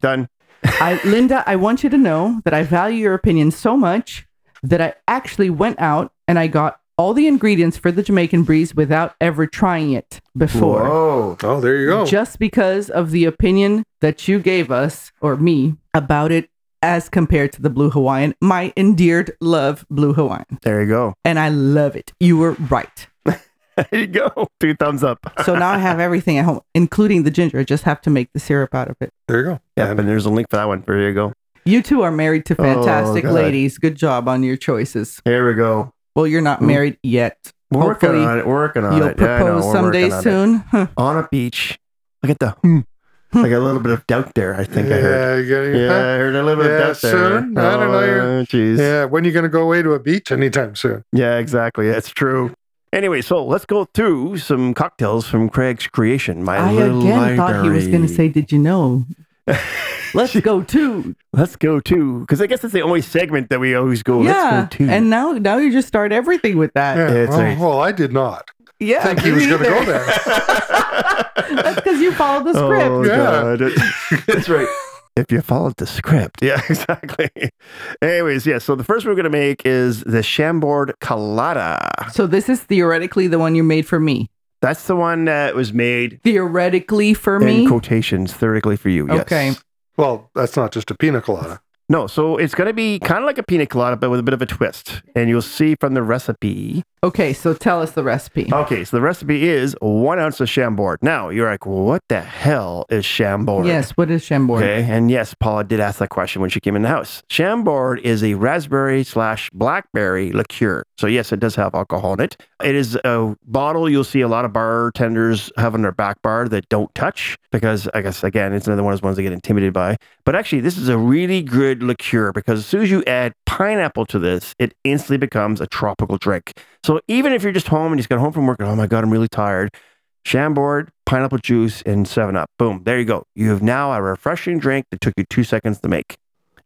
[SPEAKER 3] Done.
[SPEAKER 4] I, Linda, I want you to know that I value your opinion so much that I actually went out and I got all the ingredients for the Jamaican breeze without ever trying it before.
[SPEAKER 2] Whoa.
[SPEAKER 5] Oh, there you go.
[SPEAKER 4] Just because of the opinion that you gave us or me about it as compared to the Blue Hawaiian, my endeared love Blue Hawaiian.
[SPEAKER 3] There you go.
[SPEAKER 4] And I love it. You were right.
[SPEAKER 3] There you go. Two thumbs up.
[SPEAKER 4] So now I have everything at home, including the ginger. I just have to make the syrup out of it.
[SPEAKER 5] there you go.
[SPEAKER 3] Yeah,
[SPEAKER 5] And
[SPEAKER 3] and there's a link for that one. There you go.
[SPEAKER 4] You two are married to
[SPEAKER 3] Oh,
[SPEAKER 4] fantastic
[SPEAKER 3] God.
[SPEAKER 4] ladies. Good job on your choices.
[SPEAKER 3] There we go.
[SPEAKER 4] Well, you're not
[SPEAKER 3] Mm.
[SPEAKER 4] married yet.
[SPEAKER 3] We're
[SPEAKER 4] Hopefully
[SPEAKER 3] working on it. We're working on
[SPEAKER 4] You'll
[SPEAKER 3] it. Yeah, I know,
[SPEAKER 4] propose
[SPEAKER 3] we're
[SPEAKER 4] someday
[SPEAKER 3] working on it.
[SPEAKER 4] soon. Huh.
[SPEAKER 3] on a beach. Look at the hmm. like a little bit of doubt there. I think I heard.
[SPEAKER 5] Yeah, you got
[SPEAKER 3] Yeah, I heard a little bit
[SPEAKER 5] Yeah,
[SPEAKER 3] of doubt
[SPEAKER 5] soon?
[SPEAKER 3] there.
[SPEAKER 5] I don't know.
[SPEAKER 3] Oh, Jeez. Yeah.
[SPEAKER 5] Yeah, when you going to go away to a beach anytime soon?
[SPEAKER 3] exactly. That's true. Anyway, so let's go through some cocktails from Craig's creation. My
[SPEAKER 4] I
[SPEAKER 3] little
[SPEAKER 4] again thought he was going to
[SPEAKER 3] library.
[SPEAKER 4] say, "Did you know?" Let's go to
[SPEAKER 3] Let's go to because I guess it's the only segment that we always go.
[SPEAKER 4] yeah.
[SPEAKER 3] Oh, Let's go to.
[SPEAKER 4] And now, now you just start everything with that.
[SPEAKER 5] Yeah,
[SPEAKER 3] it's
[SPEAKER 5] well,
[SPEAKER 3] nice.
[SPEAKER 5] well, I did not
[SPEAKER 4] Yeah,
[SPEAKER 5] think he
[SPEAKER 4] me
[SPEAKER 5] was going to
[SPEAKER 4] neither.
[SPEAKER 5] go there.
[SPEAKER 4] That's because you followed the script.
[SPEAKER 3] Oh,
[SPEAKER 5] Yeah.
[SPEAKER 3] God. That's right. If you followed the script. Yeah, exactly. Anyways, yeah. So the first we're going to make is the Chambord Colada.
[SPEAKER 4] So this is theoretically the one you made for me.
[SPEAKER 3] That's the one that was made
[SPEAKER 4] Theoretically for
[SPEAKER 3] in
[SPEAKER 4] me.
[SPEAKER 3] quotations, theoretically for you. Yes.
[SPEAKER 4] Okay.
[SPEAKER 5] Well, that's not just a pina colada.
[SPEAKER 3] No, so it's going to be kind of like a pina colada, but with a bit of a twist. And you'll see from the recipe.
[SPEAKER 4] Okay, so tell us the recipe.
[SPEAKER 3] Okay, so the recipe is one ounce of Chambord. Now, you're like, what the hell is Chambord?
[SPEAKER 4] Yes, what is Chambord?
[SPEAKER 3] Okay. And yes, Paula did ask that question when she came in the house. Chambord is a raspberry slash blackberry liqueur. So yes, it does have alcohol in it. It is a bottle you'll see a lot of bartenders have on their back bar that don't touch because I guess again it's another one of those ones they get intimidated by. But actually, this is a really good liqueur because as soon as you add pineapple to this, it instantly becomes a tropical drink. So even if you're just home and you just got home from work and oh my god, I'm really tired. Chambord, pineapple juice, and 7 Up. Boom, there you go. You have now a refreshing drink that took you two seconds to make.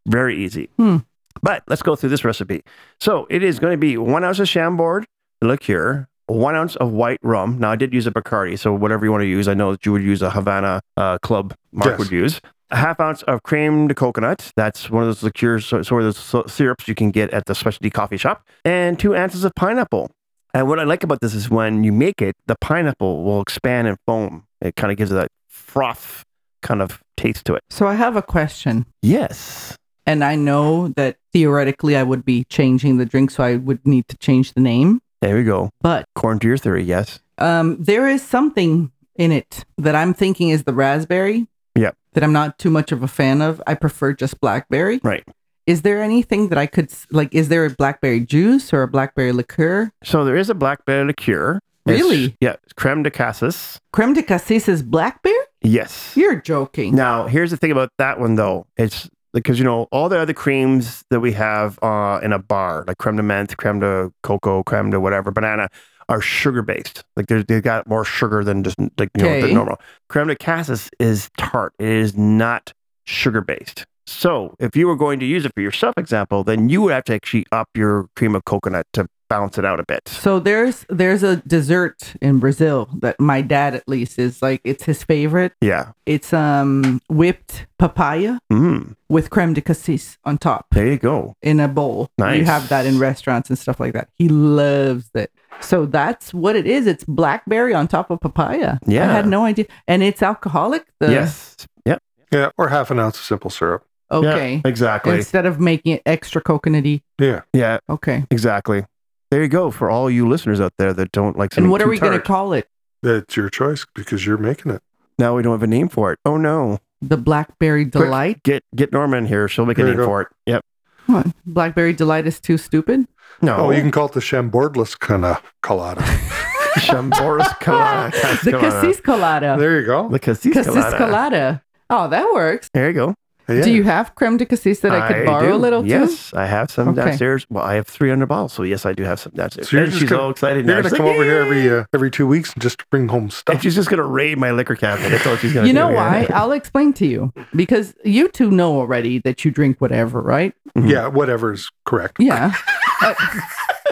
[SPEAKER 3] Very easy.
[SPEAKER 4] Hmm.
[SPEAKER 3] But let's go through this recipe. So it is going to be one ounce of Chambord liqueur, one ounce of white rum. Now, I did use a Bacardi, so whatever you want to use. I know that you would use a Havana uh, club, Mark
[SPEAKER 5] Yes.
[SPEAKER 3] would use. A half ounce of creme de coconut. That's one of those liqueurs, so, sort of those so- syrups you can get at the specialty coffee shop. And two ounces of pineapple. And what I like about this is when you make it, the pineapple will expand and foam. It kind of gives it that froth kind of taste to it.
[SPEAKER 4] So I have a question.
[SPEAKER 3] Yes.
[SPEAKER 4] and I know that theoretically I would be changing the drink, so I would need to change the name.
[SPEAKER 3] There we go.
[SPEAKER 4] But
[SPEAKER 3] Corn to your theory. Yes.
[SPEAKER 4] um, there is something in it that I'm thinking is the raspberry.
[SPEAKER 3] Yeah.
[SPEAKER 4] That I'm not too much of a fan of. I prefer just blackberry.
[SPEAKER 3] Right.
[SPEAKER 4] Is there anything that I could s- like? Is there a blackberry juice or a blackberry liqueur?
[SPEAKER 3] So there is a blackberry liqueur. It's-
[SPEAKER 4] Really?
[SPEAKER 3] yeah. it's Creme de cassis.
[SPEAKER 4] Creme de cassis is blackberry.
[SPEAKER 3] Yes.
[SPEAKER 4] You're joking.
[SPEAKER 3] Now, here's the thing about that one though. It's because you know all the other creams that we have uh, in a bar, like creme de menthe, creme de cocoa, creme de whatever, banana, are sugar based. Like they're- they've got more sugar than just like you know
[SPEAKER 4] Okay.
[SPEAKER 3] the normal. Creme de cassis is tart. It is not sugar based. So if you were going to use it for your self example, then you would have to actually up your cream of coconut to balance it out a bit.
[SPEAKER 4] So there's there's a dessert in Brazil that my dad at least is like it's his favorite.
[SPEAKER 3] Yeah.
[SPEAKER 4] It's um whipped papaya.
[SPEAKER 3] Mm,
[SPEAKER 4] with creme de cassis on top
[SPEAKER 3] there you go.
[SPEAKER 4] in a bowl. You
[SPEAKER 3] Nice.
[SPEAKER 4] have that in restaurants and stuff like that. He loves it. So that's what it is. It's blackberry on top of papaya. I
[SPEAKER 3] Yeah.
[SPEAKER 4] had no idea. And it's alcoholic. The,
[SPEAKER 3] yes. Yep.
[SPEAKER 5] Yeah, or half an ounce of simple syrup.
[SPEAKER 3] Yeah,
[SPEAKER 4] Okay.
[SPEAKER 3] exactly.
[SPEAKER 4] Instead of making it extra coconutty.
[SPEAKER 5] Yeah.
[SPEAKER 3] yeah,
[SPEAKER 4] Okay.
[SPEAKER 3] exactly. There you go for all you listeners out there that don't like.
[SPEAKER 4] And
[SPEAKER 3] something
[SPEAKER 4] what are
[SPEAKER 3] too
[SPEAKER 4] we going to
[SPEAKER 3] tart.
[SPEAKER 4] call it?
[SPEAKER 5] That's your choice because you're making it.
[SPEAKER 3] Now we don't have a name for it. Oh no!
[SPEAKER 4] The Blackberry Delight?
[SPEAKER 3] Get get Norma in here. She'll make a
[SPEAKER 5] There you
[SPEAKER 3] name
[SPEAKER 5] go.
[SPEAKER 3] for it. Yep.
[SPEAKER 4] Come on. Blackberry Delight is too stupid.
[SPEAKER 3] No.
[SPEAKER 5] Oh, you can call it the Chambordless cana- colada.
[SPEAKER 3] Chamboris colada.
[SPEAKER 4] Ah, The Cassis Colada.
[SPEAKER 5] There you go.
[SPEAKER 3] The cassis
[SPEAKER 4] Cassis
[SPEAKER 3] colada.
[SPEAKER 4] Colada. Oh, that works.
[SPEAKER 3] There you go.
[SPEAKER 5] Yeah.
[SPEAKER 4] Do you have creme de cassis that I could borrow
[SPEAKER 3] do.
[SPEAKER 4] a little too?
[SPEAKER 3] Yes, I have some
[SPEAKER 4] Okay.
[SPEAKER 3] downstairs. Well, I have 300 bottles, so yes, I do have some downstairs.
[SPEAKER 5] So you're
[SPEAKER 3] and
[SPEAKER 5] just
[SPEAKER 3] she's
[SPEAKER 5] gonna-
[SPEAKER 3] all excited.
[SPEAKER 5] You're
[SPEAKER 3] now.
[SPEAKER 5] gonna
[SPEAKER 3] She's
[SPEAKER 5] come
[SPEAKER 3] like,
[SPEAKER 5] over here
[SPEAKER 3] "Yeah."
[SPEAKER 5] every uh, every two weeks and just bring home
[SPEAKER 3] And
[SPEAKER 5] stuff.
[SPEAKER 3] she's just gonna raid my liquor cabinet. That's all she's gonna
[SPEAKER 4] You
[SPEAKER 3] do.
[SPEAKER 4] know
[SPEAKER 3] yeah.
[SPEAKER 4] why? I'll explain to you because you two know already that you drink whatever, right?
[SPEAKER 5] yeah, whatever is correct.
[SPEAKER 4] Yeah. I,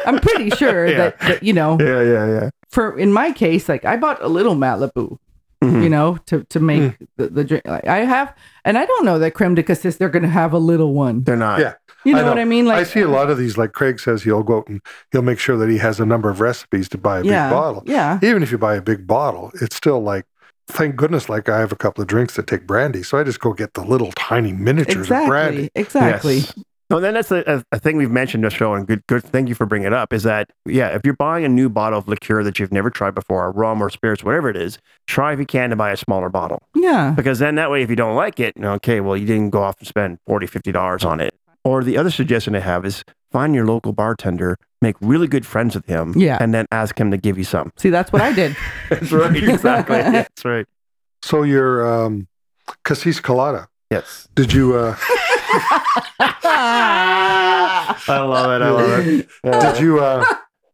[SPEAKER 4] am pretty sure
[SPEAKER 3] Yeah.
[SPEAKER 4] that, that, you know,
[SPEAKER 3] Yeah, yeah, yeah.
[SPEAKER 4] for in my case, like I bought a little Malibu,
[SPEAKER 5] Mm-hmm.
[SPEAKER 3] Mhm.
[SPEAKER 4] you know, to to make
[SPEAKER 5] Mm.
[SPEAKER 4] the, the drink. Like, I have, and I don't know that creme de cassis they're going to have a little one.
[SPEAKER 3] They're not.
[SPEAKER 5] Yeah.
[SPEAKER 4] You
[SPEAKER 5] I
[SPEAKER 4] know,
[SPEAKER 5] know.
[SPEAKER 4] what I mean? Like uh,
[SPEAKER 5] I see a lot of these. Like Craig says, he'll go out and he'll make sure that he has a number of recipes to buy a
[SPEAKER 4] yeah,
[SPEAKER 5] big bottle.
[SPEAKER 4] yeah.
[SPEAKER 5] Even if you buy a big bottle, it's still like, thank goodness, like I have a couple of drinks that take brandy, so I just go get the little tiny miniatures of brandy.
[SPEAKER 4] Exactly. Exactly.
[SPEAKER 3] Yes. No, and then that's a, a, a thing we've mentioned in the show, and good, good. Thank you for bringing it up. Is that yeah? If you're buying a new bottle of liqueur that you've never tried before, or rum or spirits, whatever it is, try if you can to buy a smaller bottle.
[SPEAKER 4] Yeah.
[SPEAKER 3] because then that way if you don't like it okay well you didn't go off and spend 40 50 dollars on it or the other suggestion i have is find your local bartender make really good friends with him
[SPEAKER 4] Yeah.
[SPEAKER 3] and then ask him to give you some
[SPEAKER 4] See, that's what I did.
[SPEAKER 3] that's right
[SPEAKER 4] exactly.
[SPEAKER 3] that's right
[SPEAKER 5] So your um, cassis colada.
[SPEAKER 3] yes
[SPEAKER 5] Did you uh,
[SPEAKER 3] i love it i love it
[SPEAKER 5] did you uh,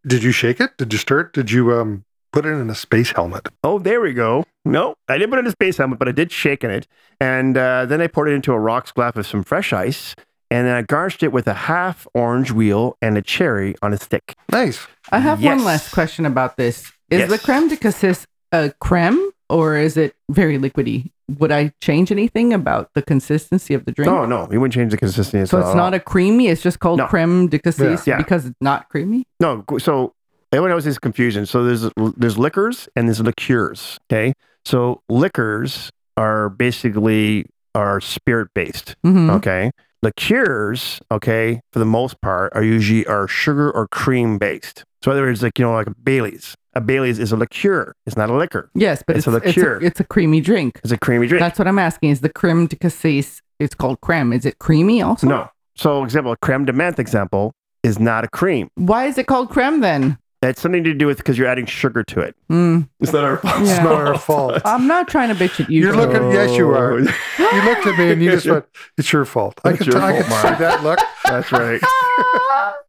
[SPEAKER 5] did you shake it? Did you stir it? Did you um, put it in a space helmet?
[SPEAKER 3] oh there we go no i didn't put it in a space helmet but i did shake in it and uh, then i poured it into a rocks glass with some fresh ice and then i garnished it with a half orange wheel and a cherry on a stick
[SPEAKER 5] Nice.
[SPEAKER 4] I have
[SPEAKER 3] Yes.
[SPEAKER 4] one last question about this. Is
[SPEAKER 3] Yes.
[SPEAKER 4] the creme de cassis a creme or is it very liquidy? Would I change anything about the consistency of the drink?
[SPEAKER 3] oh no we wouldn't change the consistency
[SPEAKER 4] so it's not a creamy, it's just called
[SPEAKER 3] No.
[SPEAKER 4] creme de cassis
[SPEAKER 3] Yeah. Yeah.
[SPEAKER 4] because it's not creamy?
[SPEAKER 3] No, g- so everyone knows this confusion. So there's there's liquors and there's liqueurs. Okay, so liquors are basically are spirit based.
[SPEAKER 4] Mm-hmm.
[SPEAKER 3] Okay, liqueurs, okay, for the most part, are usually are sugar or cream based. So in other words, like you know, like a Bailey's. A Bailey's is a liqueur. It's not a liquor.
[SPEAKER 4] Yes, but
[SPEAKER 3] It's
[SPEAKER 4] it's,
[SPEAKER 3] a
[SPEAKER 4] it's, it's, a,
[SPEAKER 3] liqueur.
[SPEAKER 4] it's a creamy drink.
[SPEAKER 3] It's a creamy drink.
[SPEAKER 4] That's what I'm asking. Is the creme de cassis, it's called creme. Is it creamy also?
[SPEAKER 3] no. So example, a creme de menthe example is not a cream.
[SPEAKER 4] Why is it called creme then?
[SPEAKER 3] That's something to do with because you're adding sugar to it. Oh,
[SPEAKER 4] Mm.
[SPEAKER 3] It's not our fault.
[SPEAKER 4] Yeah.
[SPEAKER 5] It's not our fault.
[SPEAKER 4] I'm not trying to bitch at you.
[SPEAKER 5] You're
[SPEAKER 4] Joel.
[SPEAKER 5] looking- yes, you are. You looked at me and you just went, "It's your fault." I
[SPEAKER 3] It's
[SPEAKER 5] could,
[SPEAKER 3] your
[SPEAKER 5] I
[SPEAKER 3] fault,
[SPEAKER 5] could
[SPEAKER 3] Mark.
[SPEAKER 5] see that look.
[SPEAKER 3] That's right.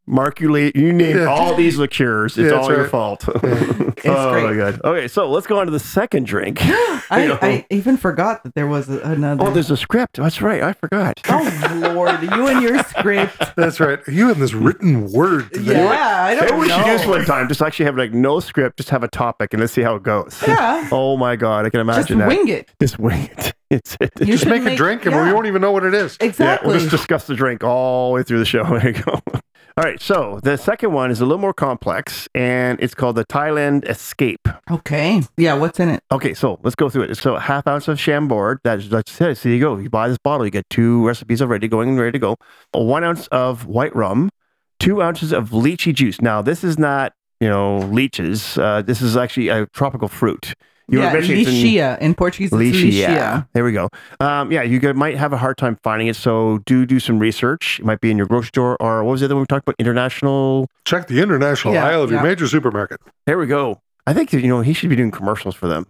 [SPEAKER 3] Mark, you, la- you named
[SPEAKER 5] Yeah.
[SPEAKER 3] all these liqueurs. It's
[SPEAKER 5] Yeah,
[SPEAKER 3] all
[SPEAKER 5] that's
[SPEAKER 3] your
[SPEAKER 5] right.
[SPEAKER 3] fault.
[SPEAKER 4] It's
[SPEAKER 3] oh
[SPEAKER 4] great.
[SPEAKER 3] my god. Okay, so let's go on to the second drink. You know.
[SPEAKER 4] I, I even forgot that there was a- another.
[SPEAKER 3] Oh, there's a script. That's right. I forgot.
[SPEAKER 4] Oh Lord, you and your script.
[SPEAKER 5] That's right. You and this written word. today.
[SPEAKER 4] Yeah, I
[SPEAKER 3] Maybe
[SPEAKER 4] don't
[SPEAKER 3] we should do this
[SPEAKER 4] know.
[SPEAKER 3] one time. Just actually have like no script. Just have a topic and let's see how it goes.
[SPEAKER 4] Yeah.
[SPEAKER 3] Oh my god, I can
[SPEAKER 4] Just
[SPEAKER 3] imagine that.
[SPEAKER 4] wing it.
[SPEAKER 3] Just wing it. It's it.
[SPEAKER 4] You
[SPEAKER 5] Just
[SPEAKER 4] should
[SPEAKER 5] make a drink and we
[SPEAKER 4] yeah,
[SPEAKER 5] won't even know what it is.
[SPEAKER 3] Yeah,
[SPEAKER 4] Exactly.
[SPEAKER 3] we'll just discuss the drink all the way through the show. There you go. All right, so the second one is a little more complex, and it's called the Thailand Escape.
[SPEAKER 4] okay. Yeah. What's in it?
[SPEAKER 3] Okay, so let's go through it. So a half ounce of Chambord. That's that's it. So you go. You buy this bottle. You get two recipes already going and ready to go. A one ounce of white rum, two ounces of lychee juice. Now this is not you know leeches. Uh, this is actually a tropical fruit. You were
[SPEAKER 4] yeah,
[SPEAKER 3] mentioning it's in-
[SPEAKER 4] lichia in Portuguese. It's
[SPEAKER 3] Lychee,
[SPEAKER 4] lichia.
[SPEAKER 3] yeah. There we go. Um, yeah, you g- might have a hard time finding it, so do do some research. It might be in your grocery store or what was the other one we talked about? International.
[SPEAKER 5] Check the international
[SPEAKER 4] Yeah,
[SPEAKER 5] aisle of
[SPEAKER 4] yeah.
[SPEAKER 5] your major supermarket.
[SPEAKER 3] There we go. I think that, you know he should be doing commercials for them.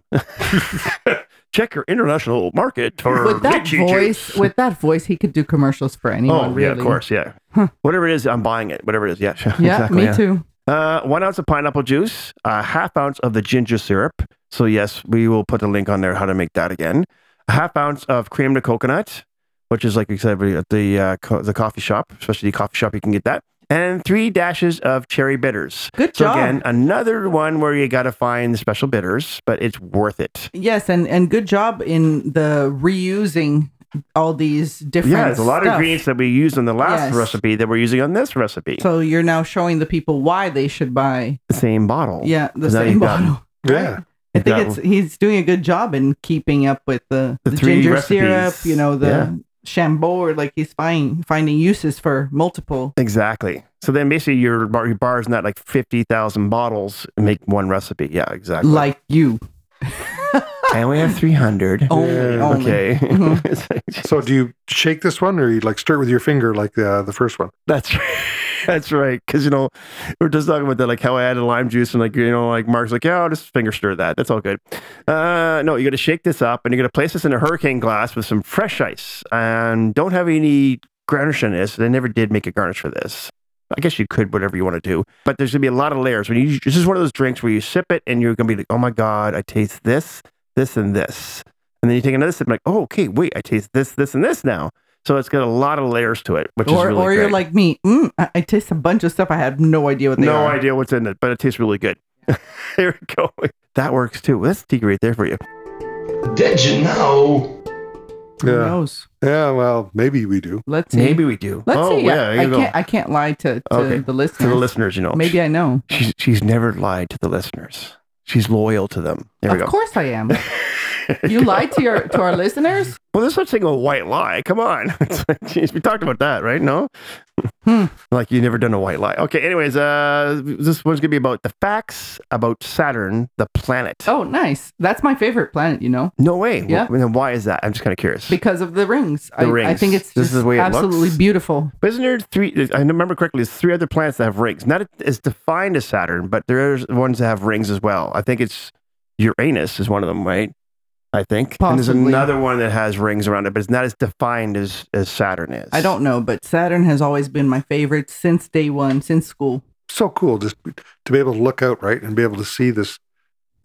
[SPEAKER 3] Check your international market for
[SPEAKER 4] With that
[SPEAKER 3] lychee
[SPEAKER 4] voice,
[SPEAKER 3] juice.
[SPEAKER 4] with that voice, he could do commercials for anyone.
[SPEAKER 3] oh
[SPEAKER 4] really.
[SPEAKER 3] yeah, of course, yeah.
[SPEAKER 4] Huh.
[SPEAKER 3] Whatever it is, I'm buying it. Whatever it is, yeah, sure,
[SPEAKER 4] Yeah,
[SPEAKER 3] exactly,
[SPEAKER 4] me
[SPEAKER 3] yeah.
[SPEAKER 4] too.
[SPEAKER 3] Uh, one ounce of pineapple juice, a half ounce of the ginger syrup. So yes, we will put the link on there how to make that again. A half ounce of cream de coconut, which is like we said we- at the uh, co- the coffee shop, especially the coffee shop, you can get that. And three dashes of cherry bitters.
[SPEAKER 4] Good
[SPEAKER 3] So
[SPEAKER 4] job.
[SPEAKER 3] again, another one where you got to find the special bitters, but it's worth it.
[SPEAKER 4] Yes, and and good job in the reusing all these different.
[SPEAKER 3] Yeah, there's a lot of
[SPEAKER 4] stuff.
[SPEAKER 3] ingredients that we used on the last
[SPEAKER 4] Yes.
[SPEAKER 3] recipe that we're using on this recipe.
[SPEAKER 4] So you're now showing the people why they should buy.
[SPEAKER 3] the same bottle.
[SPEAKER 4] Yeah,
[SPEAKER 3] Now
[SPEAKER 4] the same
[SPEAKER 3] you've got-
[SPEAKER 4] bottle.
[SPEAKER 5] Yeah.
[SPEAKER 4] I think
[SPEAKER 3] That
[SPEAKER 4] it's he's doing a good job in keeping up with the,
[SPEAKER 3] The
[SPEAKER 4] the,
[SPEAKER 3] three
[SPEAKER 4] ginger
[SPEAKER 3] recipes.
[SPEAKER 4] syrup, you know, the
[SPEAKER 3] Yeah.
[SPEAKER 4] Chambord. Like he's finding finding uses for multiple.
[SPEAKER 3] Exactly. So then basically your bar, your bar is not like 50,000 bottles and make one recipe. Yeah, exactly.
[SPEAKER 4] Like you,
[SPEAKER 3] and we have 300.
[SPEAKER 4] only,
[SPEAKER 5] Yeah.
[SPEAKER 4] Oh, only.
[SPEAKER 3] okay.
[SPEAKER 4] Mhm.
[SPEAKER 3] It's like-
[SPEAKER 5] So do you shake this one, or you like stir it with your finger, like uh, the the first one?
[SPEAKER 3] that's that's right. Cause you know, we are just talking about that, like how I added lime juice and like, you know, like Mark's like, yeah, I'll just finger stir that. That's all good. Uh, no, you got to shake this up and you're going to place this in a hurricane glass with some fresh ice and don't have any garnish in this. They never did make a garnish for this. I guess you could, whatever you want to do. But there's going to be a lot of layers. When you, this is one of those drinks where you sip it and you're going to be like, oh my God, I taste this, this, and this. And then you take another sip and like, oh, okay, wait, I taste this, this, and this now. So it's got a lot of layers to it, which is
[SPEAKER 4] Or,
[SPEAKER 3] really
[SPEAKER 4] or you're
[SPEAKER 3] great.
[SPEAKER 4] like me. Mm, I, I taste a bunch of stuff. I have no idea what they
[SPEAKER 3] no
[SPEAKER 4] are.
[SPEAKER 3] idea what's in it, but it tastes really good. there we go. That works too. That's tea right there for you.
[SPEAKER 7] Did you know?
[SPEAKER 4] Who
[SPEAKER 5] Yeah,
[SPEAKER 4] knows?
[SPEAKER 5] yeah. Well, maybe we do.
[SPEAKER 4] Let's see.
[SPEAKER 3] Maybe we do.
[SPEAKER 4] Let's
[SPEAKER 3] oh,
[SPEAKER 4] see.
[SPEAKER 3] yeah.
[SPEAKER 4] I,
[SPEAKER 3] there
[SPEAKER 4] I
[SPEAKER 3] you go.
[SPEAKER 4] can't. I can't lie to, to
[SPEAKER 3] Okay.
[SPEAKER 4] the listeners.
[SPEAKER 3] to the listeners, you know.
[SPEAKER 4] Maybe I know.
[SPEAKER 3] she's she's never lied to the listeners. She's loyal to them. There we
[SPEAKER 4] of
[SPEAKER 3] go.
[SPEAKER 4] course I am. you lie to your to our listeners.
[SPEAKER 3] Well, there's such thing as a white lie. Come on. It's like, Jeez, we talked about that, right? No?
[SPEAKER 4] Hmm.
[SPEAKER 3] Like you never done a white lie. Okay, anyways, uh this one's gonna be about the facts about Saturn, the planet.
[SPEAKER 4] Oh, nice. That's my favorite planet. You know,
[SPEAKER 3] No way.
[SPEAKER 4] Yeah.
[SPEAKER 3] Well, then why is that? I'm just kind of curious.
[SPEAKER 4] because of the rings. I, I
[SPEAKER 3] rings.
[SPEAKER 4] think it's
[SPEAKER 3] This
[SPEAKER 4] just
[SPEAKER 3] is the way it
[SPEAKER 4] absolutely
[SPEAKER 3] looks.
[SPEAKER 4] beautiful.
[SPEAKER 3] But isn't there three? I remember correctly, there's three other planets that have rings. Not as defined as Saturn, but there's ones that have rings as well. I think it's Uranus is one of them, right? I think. And there's
[SPEAKER 4] Possibly.
[SPEAKER 3] another one that has rings around it, but it's not as defined as, as Saturn is.
[SPEAKER 4] I don't know, but Saturn has always been my favorite since day one, since school.
[SPEAKER 5] So cool, just to be able to look out right and be able to see this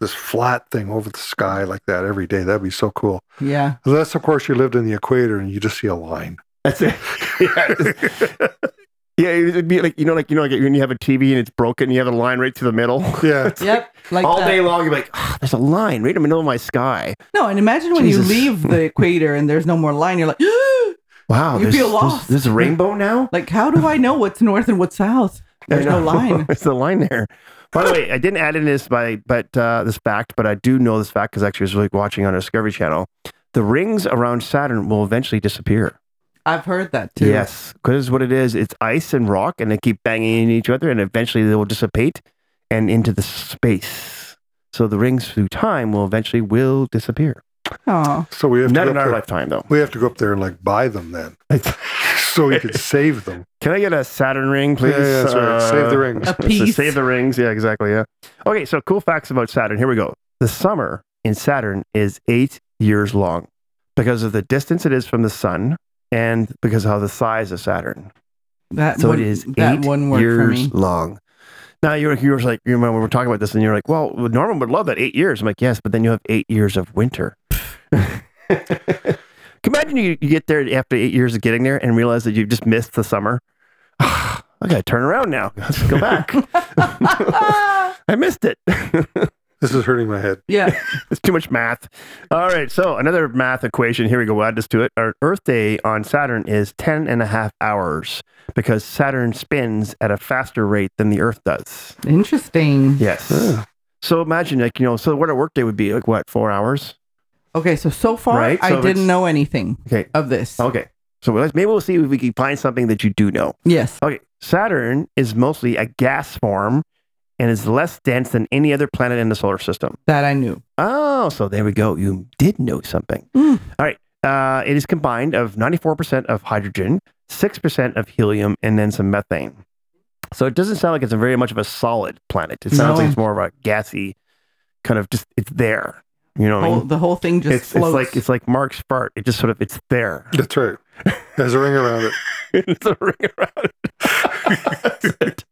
[SPEAKER 5] this flat thing over the sky like that every day. That'd be so cool.
[SPEAKER 4] Yeah.
[SPEAKER 5] Unless, of course, you lived in the equator and you just see a line.
[SPEAKER 3] That's it. yeah. Yeah, it'd be like you know, like you know, like when you have a TV and it's broken, you have a line right through the middle.
[SPEAKER 5] Yeah.
[SPEAKER 4] Yep. Like
[SPEAKER 3] All
[SPEAKER 4] that.
[SPEAKER 3] day long, you're like, "Ah, there's a line right in the middle of my sky.
[SPEAKER 4] No, and imagine when
[SPEAKER 3] Jesus.
[SPEAKER 4] you leave the equator and there's no more line. You're like,
[SPEAKER 3] Wow,
[SPEAKER 4] You
[SPEAKER 3] there's,
[SPEAKER 4] feel
[SPEAKER 3] there's-
[SPEAKER 4] lost.
[SPEAKER 3] There's, a rainbow now.
[SPEAKER 4] like how do I know what's north and what's south? There's
[SPEAKER 3] I
[SPEAKER 4] no
[SPEAKER 3] know.
[SPEAKER 4] line.
[SPEAKER 3] it's the line there. By the way, I didn't add in this by but uh, this fact, but I do know this fact because actually I was like watching on Discovery Channel. The rings around Saturn will eventually disappear.
[SPEAKER 4] I've heard that too.
[SPEAKER 3] Yes, because what it is, it's ice and rock, and they keep banging into each other, and eventually they will dissipate and into the space. So the rings through time will eventually will disappear.
[SPEAKER 4] Oh,
[SPEAKER 5] So we have
[SPEAKER 3] Not
[SPEAKER 5] to go
[SPEAKER 3] in
[SPEAKER 5] up
[SPEAKER 3] our
[SPEAKER 5] there-
[SPEAKER 3] lifetime, though.
[SPEAKER 5] We have to go up there and like buy them then, so we could save them.
[SPEAKER 3] Can I get a Saturn ring, please? Uh,
[SPEAKER 5] Yeah, yeah, that's right. Save the rings.
[SPEAKER 4] A
[SPEAKER 3] so
[SPEAKER 4] piece.
[SPEAKER 3] Save the rings. Yeah, exactly. Yeah. Okay, so cool facts about Saturn. Here we go. The summer in Saturn is eight years long because of the distance it is from the sun and because of how the size of Saturn.
[SPEAKER 4] that
[SPEAKER 3] So
[SPEAKER 4] one,
[SPEAKER 3] it is
[SPEAKER 4] that
[SPEAKER 3] eight
[SPEAKER 4] one word
[SPEAKER 3] years
[SPEAKER 4] for me.
[SPEAKER 3] long. Now you're you're like you remember we we're talking about this and you're like, well, Norman would love that eight years. I'm like, yes, but then you have eight years of winter. Can you Imagine you, you get there after eight years of getting there and realize that you've just missed the summer. I gotta turn around now. Let's go back. I missed it.
[SPEAKER 5] This is hurting my head.
[SPEAKER 4] yeah.
[SPEAKER 3] it's too much math. All right, so another math equation. Here we go. We'll add this to it. Our Earth day on Saturn is 10 and a half hours because Saturn spins at a faster rate than the Earth does.
[SPEAKER 4] Interesting.
[SPEAKER 3] Yes. So imagine, like, you know, so what a workday would be, like, what, four hours?
[SPEAKER 4] Okay, so so far
[SPEAKER 3] Right,
[SPEAKER 4] I
[SPEAKER 3] so it's- Oh.
[SPEAKER 4] didn't know anything
[SPEAKER 3] Okay.
[SPEAKER 4] of this.
[SPEAKER 3] Okay. So let's, maybe we'll see if we can find something that you do know.
[SPEAKER 4] Yes.
[SPEAKER 3] Okay. Saturn is mostly a gas form and is less dense than any other planet in the solar system.
[SPEAKER 4] That I knew.
[SPEAKER 3] Oh, so there we go. You did know something.
[SPEAKER 4] Mm.
[SPEAKER 3] All right. Uh, it is combined of 94% of hydrogen, 6% of helium, and then some methane. So it doesn't sound like it's a very much of a solid planet. It sounds
[SPEAKER 4] No.
[SPEAKER 3] like it's more of a gassy kind of just, it's there. You know what I
[SPEAKER 4] Whole,
[SPEAKER 3] mean?
[SPEAKER 4] the whole thing Oh, just
[SPEAKER 3] Oh. It's, it's
[SPEAKER 4] floats.
[SPEAKER 3] like it's like Mark's fart. It just sort of it's there.
[SPEAKER 5] That's right. There's a ring around it.
[SPEAKER 3] it's a ring around. it.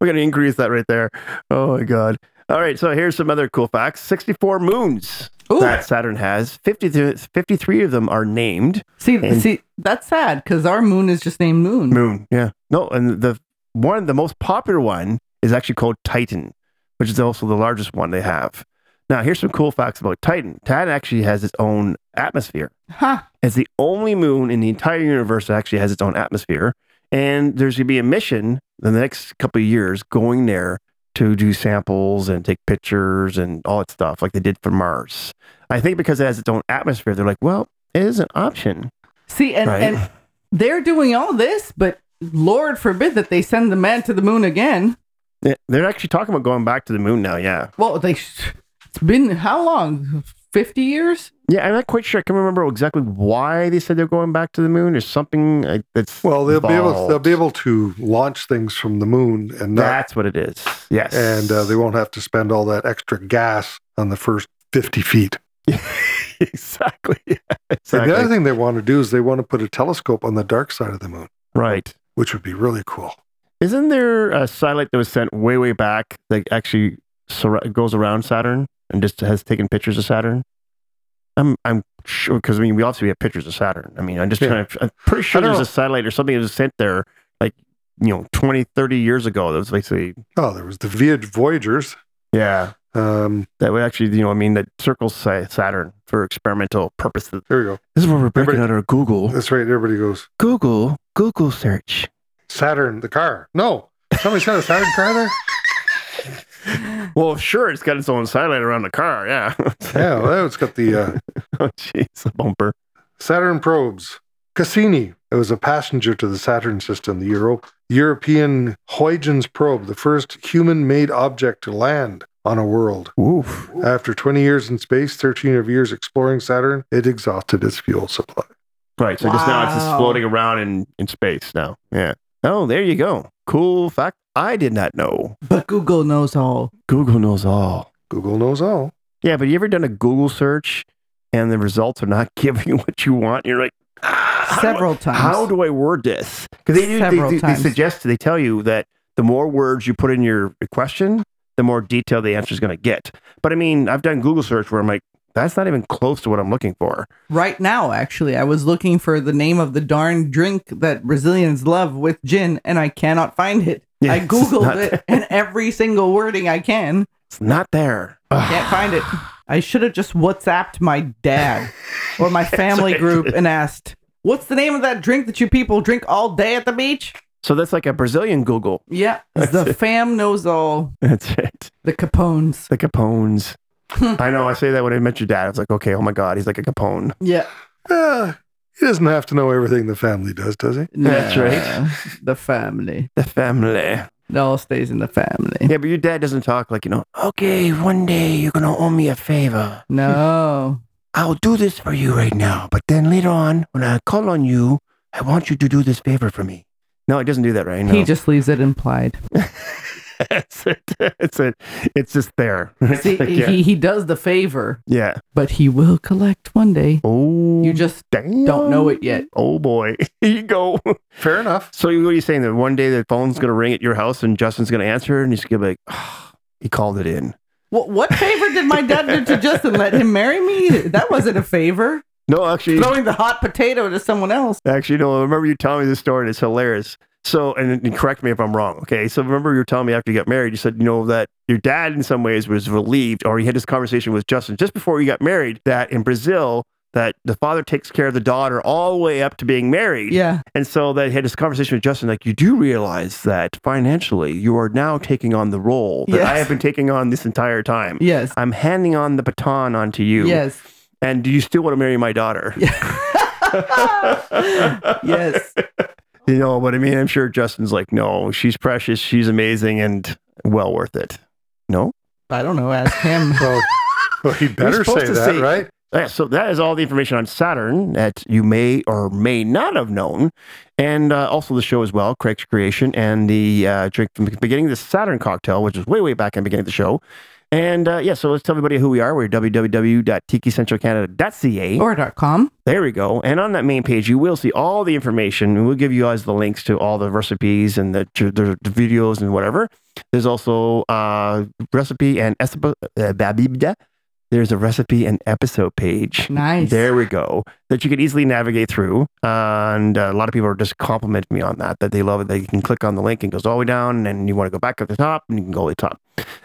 [SPEAKER 3] We're gonna increase that right there. Oh my god. All right, so here's some other cool facts. 64 moons
[SPEAKER 4] Ooh.
[SPEAKER 3] that Saturn has. 53, 53 of them are named
[SPEAKER 4] see,
[SPEAKER 3] and-
[SPEAKER 4] see, that's sad because our moon is just named Moon.
[SPEAKER 3] Moon. Yeah. No, and the one, the most popular one is actually called Titan, which is also the largest one they have. Now, here's some cool facts about Titan. Titan actually has its own atmosphere.
[SPEAKER 4] Huh.
[SPEAKER 3] It's the only moon in the entire universe that actually has its own atmosphere. And there's going to be a mission in the next couple of years going there to do samples and take pictures and all that stuff like they did for Mars. I think because it has its own atmosphere, they're like, well, it is an option.
[SPEAKER 4] See, and,
[SPEAKER 3] Right.
[SPEAKER 4] and they're doing all this, but Lord forbid that they send the man to the moon again.
[SPEAKER 3] Yeah, They're actually talking about going back to the moon now. Yeah.
[SPEAKER 4] Well, they sh- it's been how long? 50 years?
[SPEAKER 3] Yeah. I'm not quite sure. I can remember exactly why they said they're going back to the moon or something. like, That's
[SPEAKER 5] Well, they'll be able
[SPEAKER 3] involved.
[SPEAKER 5] they'll be able to launch things from the moon and not,
[SPEAKER 3] That's what it is. Yes.
[SPEAKER 5] and uh, they won't have to spend all that extra gas on the first fifty feet.
[SPEAKER 3] exactly. Yeah,
[SPEAKER 5] And the other
[SPEAKER 3] exactly.
[SPEAKER 5] thing they want to do is they want to put a telescope on the dark side of the moon,
[SPEAKER 3] Right.
[SPEAKER 5] which would be really cool.
[SPEAKER 3] Isn't there a satellite that was sent way, way back that actually surra- goes around Saturn and just has taken pictures of Saturn? I'm, I'm sure because I mean we obviously have pictures of Saturn. I mean I'm just
[SPEAKER 5] Yeah.
[SPEAKER 3] trying to. I'm pretty sure
[SPEAKER 5] I don't
[SPEAKER 3] there's
[SPEAKER 5] know.
[SPEAKER 3] a satellite or something that was sent there like you know 20, 30 years ago. That was basically
[SPEAKER 5] Oh, there was the Via Voyagers.
[SPEAKER 3] yeah.
[SPEAKER 5] Um,
[SPEAKER 3] That would actually you know I mean that circles Sa- Saturn for experimental purposes.
[SPEAKER 5] there we go.
[SPEAKER 3] This is where we're breaking
[SPEAKER 5] Everybody-
[SPEAKER 3] out our Google,
[SPEAKER 5] That's right. Everybody goes
[SPEAKER 3] Google, Google search.
[SPEAKER 5] Saturn the car. No, somebody's got a Saturn car there.
[SPEAKER 3] Well, sure, it's got its own satellite around the car. Yeah.
[SPEAKER 5] Yeah, well, it's got the uh,
[SPEAKER 3] oh, jeez, the bumper.
[SPEAKER 5] Saturn probes. Cassini. It was a passenger to the Saturn system, the Euro- European Huygens probe, the first human made object to land on a world.
[SPEAKER 3] Oof.
[SPEAKER 5] After 20 years in space, 13 of years exploring Saturn, it exhausted its fuel supply.
[SPEAKER 3] Right. So just now it's just
[SPEAKER 4] Wow.
[SPEAKER 3] floating around in, in space now. Yeah. Oh, there you go. Cool fact I did not know.
[SPEAKER 4] But Google knows all.
[SPEAKER 3] Google knows all.
[SPEAKER 5] Google knows all.
[SPEAKER 3] Yeah, but you ever done a Google search and the results are not giving you what you want? You're like, "Ah, how do I-
[SPEAKER 4] Several times.
[SPEAKER 3] How do I word this? Because they, do- they,
[SPEAKER 4] Several
[SPEAKER 3] they, they
[SPEAKER 4] times.
[SPEAKER 3] suggest, they tell you that the more words you put in your question, the more detail the answer is going to get. But I mean, I've done Google search where I'm like, that's not even close to what I'm looking for.
[SPEAKER 4] Right now, actually, I was looking for the name of the darn drink that Brazilians love with gin, and I cannot find it.
[SPEAKER 3] Yeah,
[SPEAKER 4] I
[SPEAKER 3] it's
[SPEAKER 4] Googled
[SPEAKER 3] not-
[SPEAKER 4] it, and every single wording I can,
[SPEAKER 3] It's not there.
[SPEAKER 4] can't find it. I should have just WhatsApped my dad or my family group and asked, What's the name of that drink that you people drink all day at the beach?
[SPEAKER 3] So that's like a Brazilian Google.
[SPEAKER 4] Yeah, the fam knows all
[SPEAKER 3] That's it.
[SPEAKER 4] the Capones.
[SPEAKER 3] The Capones.
[SPEAKER 4] Hmm.
[SPEAKER 3] I know. I say that when I met your dad. I was like, okay, oh my God, he's like a Capone.
[SPEAKER 4] Yeah,
[SPEAKER 5] Eh, he doesn't have to know everything the family does, does he?
[SPEAKER 3] That's right.
[SPEAKER 4] The family.
[SPEAKER 3] The family.
[SPEAKER 4] It all stays in the family.
[SPEAKER 3] Yeah, but your dad doesn't talk like, you know, okay, one day you're going to owe me a favor.
[SPEAKER 4] No.
[SPEAKER 3] I'll do this for you right now. But then later on, when I call on you, I want you to do this favor for me. No, it doesn't do that, right? No.
[SPEAKER 4] He just leaves it implied.
[SPEAKER 3] That's it. It's it. It's just there. It's
[SPEAKER 4] See,
[SPEAKER 3] like, yeah.
[SPEAKER 4] he, he does the favor,
[SPEAKER 3] yeah.
[SPEAKER 4] but he will collect one day.
[SPEAKER 3] Oh,
[SPEAKER 4] You just don't know it yet.
[SPEAKER 3] Oh boy, Here you go.
[SPEAKER 5] Fair enough.
[SPEAKER 3] So what are you saying that one day the phone's gonna ring at your house and Justin's gonna answer and he's gonna be like, "Ah, he called it in.
[SPEAKER 4] What, what favor did my dad do to Justin? Let him marry me? That wasn't a favor.
[SPEAKER 3] No, actually,
[SPEAKER 4] Throwing the hot potato to someone else.
[SPEAKER 3] actually, no. I remember you telling me this story and it's hilarious. So, and, and correct me if I'm wrong. Okay, so remember you were telling me after you got married, you said you know that your dad in some ways was relieved, or he had this conversation with Justin just before you got married that in Brazil that the father takes care of the daughter all the way up to being married.
[SPEAKER 4] Yeah.
[SPEAKER 3] And so they had this conversation with Justin, like, you do realize that financially you are now taking on the role that I
[SPEAKER 4] Yes.
[SPEAKER 3] have been taking on this entire time.
[SPEAKER 4] Yes.
[SPEAKER 3] I'm handing on the baton onto you.
[SPEAKER 4] Yes.
[SPEAKER 3] And do you still want to marry my daughter?
[SPEAKER 4] yes.
[SPEAKER 3] You know, but I mean, I'm sure Justin's like, no, she's precious, she's amazing, and well worth it. No?
[SPEAKER 4] I don't know. Ask him.
[SPEAKER 5] Well, well he better say
[SPEAKER 3] supposed to
[SPEAKER 5] that,
[SPEAKER 3] say-
[SPEAKER 5] right?
[SPEAKER 3] Yeah, Uh, so that is all the information on Saturn that you may or may not have known, and uh, also the show as well, Craig's creation, and the uh, drink from the beginning, the Saturn cocktail, which is way way back in the beginning of the show, and uh, yeah. So let's tell everybody who we are. We're www.tikicentralcanada.ca.
[SPEAKER 4] or dot com.
[SPEAKER 3] There we go. And on that main page, you will see all the information. and We'll give you guys the links to all the recipes and the, the, the videos and whatever. There's also uh, recipe and espo- uh, babibda. There's a recipe and episode page.
[SPEAKER 4] Nice.
[SPEAKER 3] There we go. That you can easily navigate through. Uh, and uh, a lot of people are just complimenting me on that, that they love it. They can click on the link and it goes all the way down, and you want to go back at the top, and you can go to the top.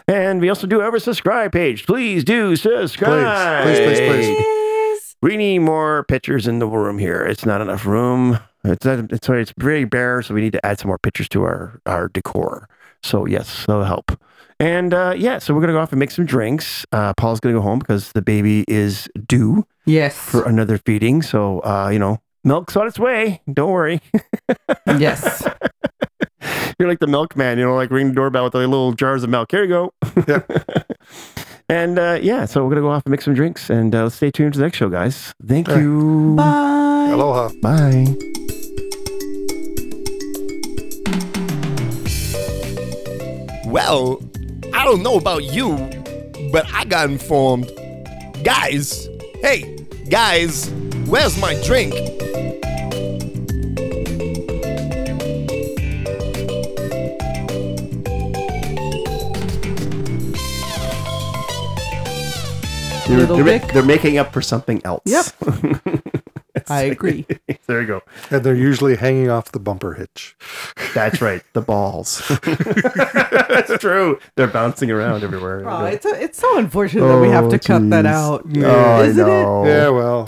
[SPEAKER 3] And we also do have a subscribe page. Please do subscribe.
[SPEAKER 5] Please, please, please, please.
[SPEAKER 3] We need more pictures in the room here. It's not enough room. It's not, it's, it's very bare, so we need to add some more pictures to our, our decor. So yes, that'll help. And uh, yeah, so we're gonna go off and make some drinks. Uh, Paul's gonna go home because the baby is due
[SPEAKER 4] Yes.
[SPEAKER 3] for another feeding. So uh, you know, milk's on its way. Don't worry.
[SPEAKER 4] yes.
[SPEAKER 3] You're like the milkman, you know, like ringing the doorbell with the little jars of milk. Here you go.
[SPEAKER 5] Yeah.
[SPEAKER 3] and uh, yeah, so we're gonna go off and make some drinks, and uh, stay tuned to the next show, guys. Thank
[SPEAKER 5] All right.
[SPEAKER 3] you.
[SPEAKER 4] Bye.
[SPEAKER 5] Aloha.
[SPEAKER 3] Bye.
[SPEAKER 1] Well, I don't know about you, but I got informed. Guys, hey, guys, where's my drink?
[SPEAKER 3] They're,
[SPEAKER 4] Little
[SPEAKER 3] they're, ma-
[SPEAKER 4] dick.
[SPEAKER 3] they're making up for something else.
[SPEAKER 4] Yep.
[SPEAKER 3] It's
[SPEAKER 4] I
[SPEAKER 3] like-
[SPEAKER 4] agree.
[SPEAKER 3] there you go.
[SPEAKER 5] And they're usually hanging off the bumper hitch.
[SPEAKER 3] That's right. The balls. That's true. They're bouncing around everywhere.
[SPEAKER 4] Oh, it's, it's so unfortunate that we have
[SPEAKER 3] Oh,
[SPEAKER 4] to cut that
[SPEAKER 3] geez.
[SPEAKER 4] out.
[SPEAKER 3] Oh, I
[SPEAKER 4] Isn't it?
[SPEAKER 3] know.
[SPEAKER 5] Yeah, well,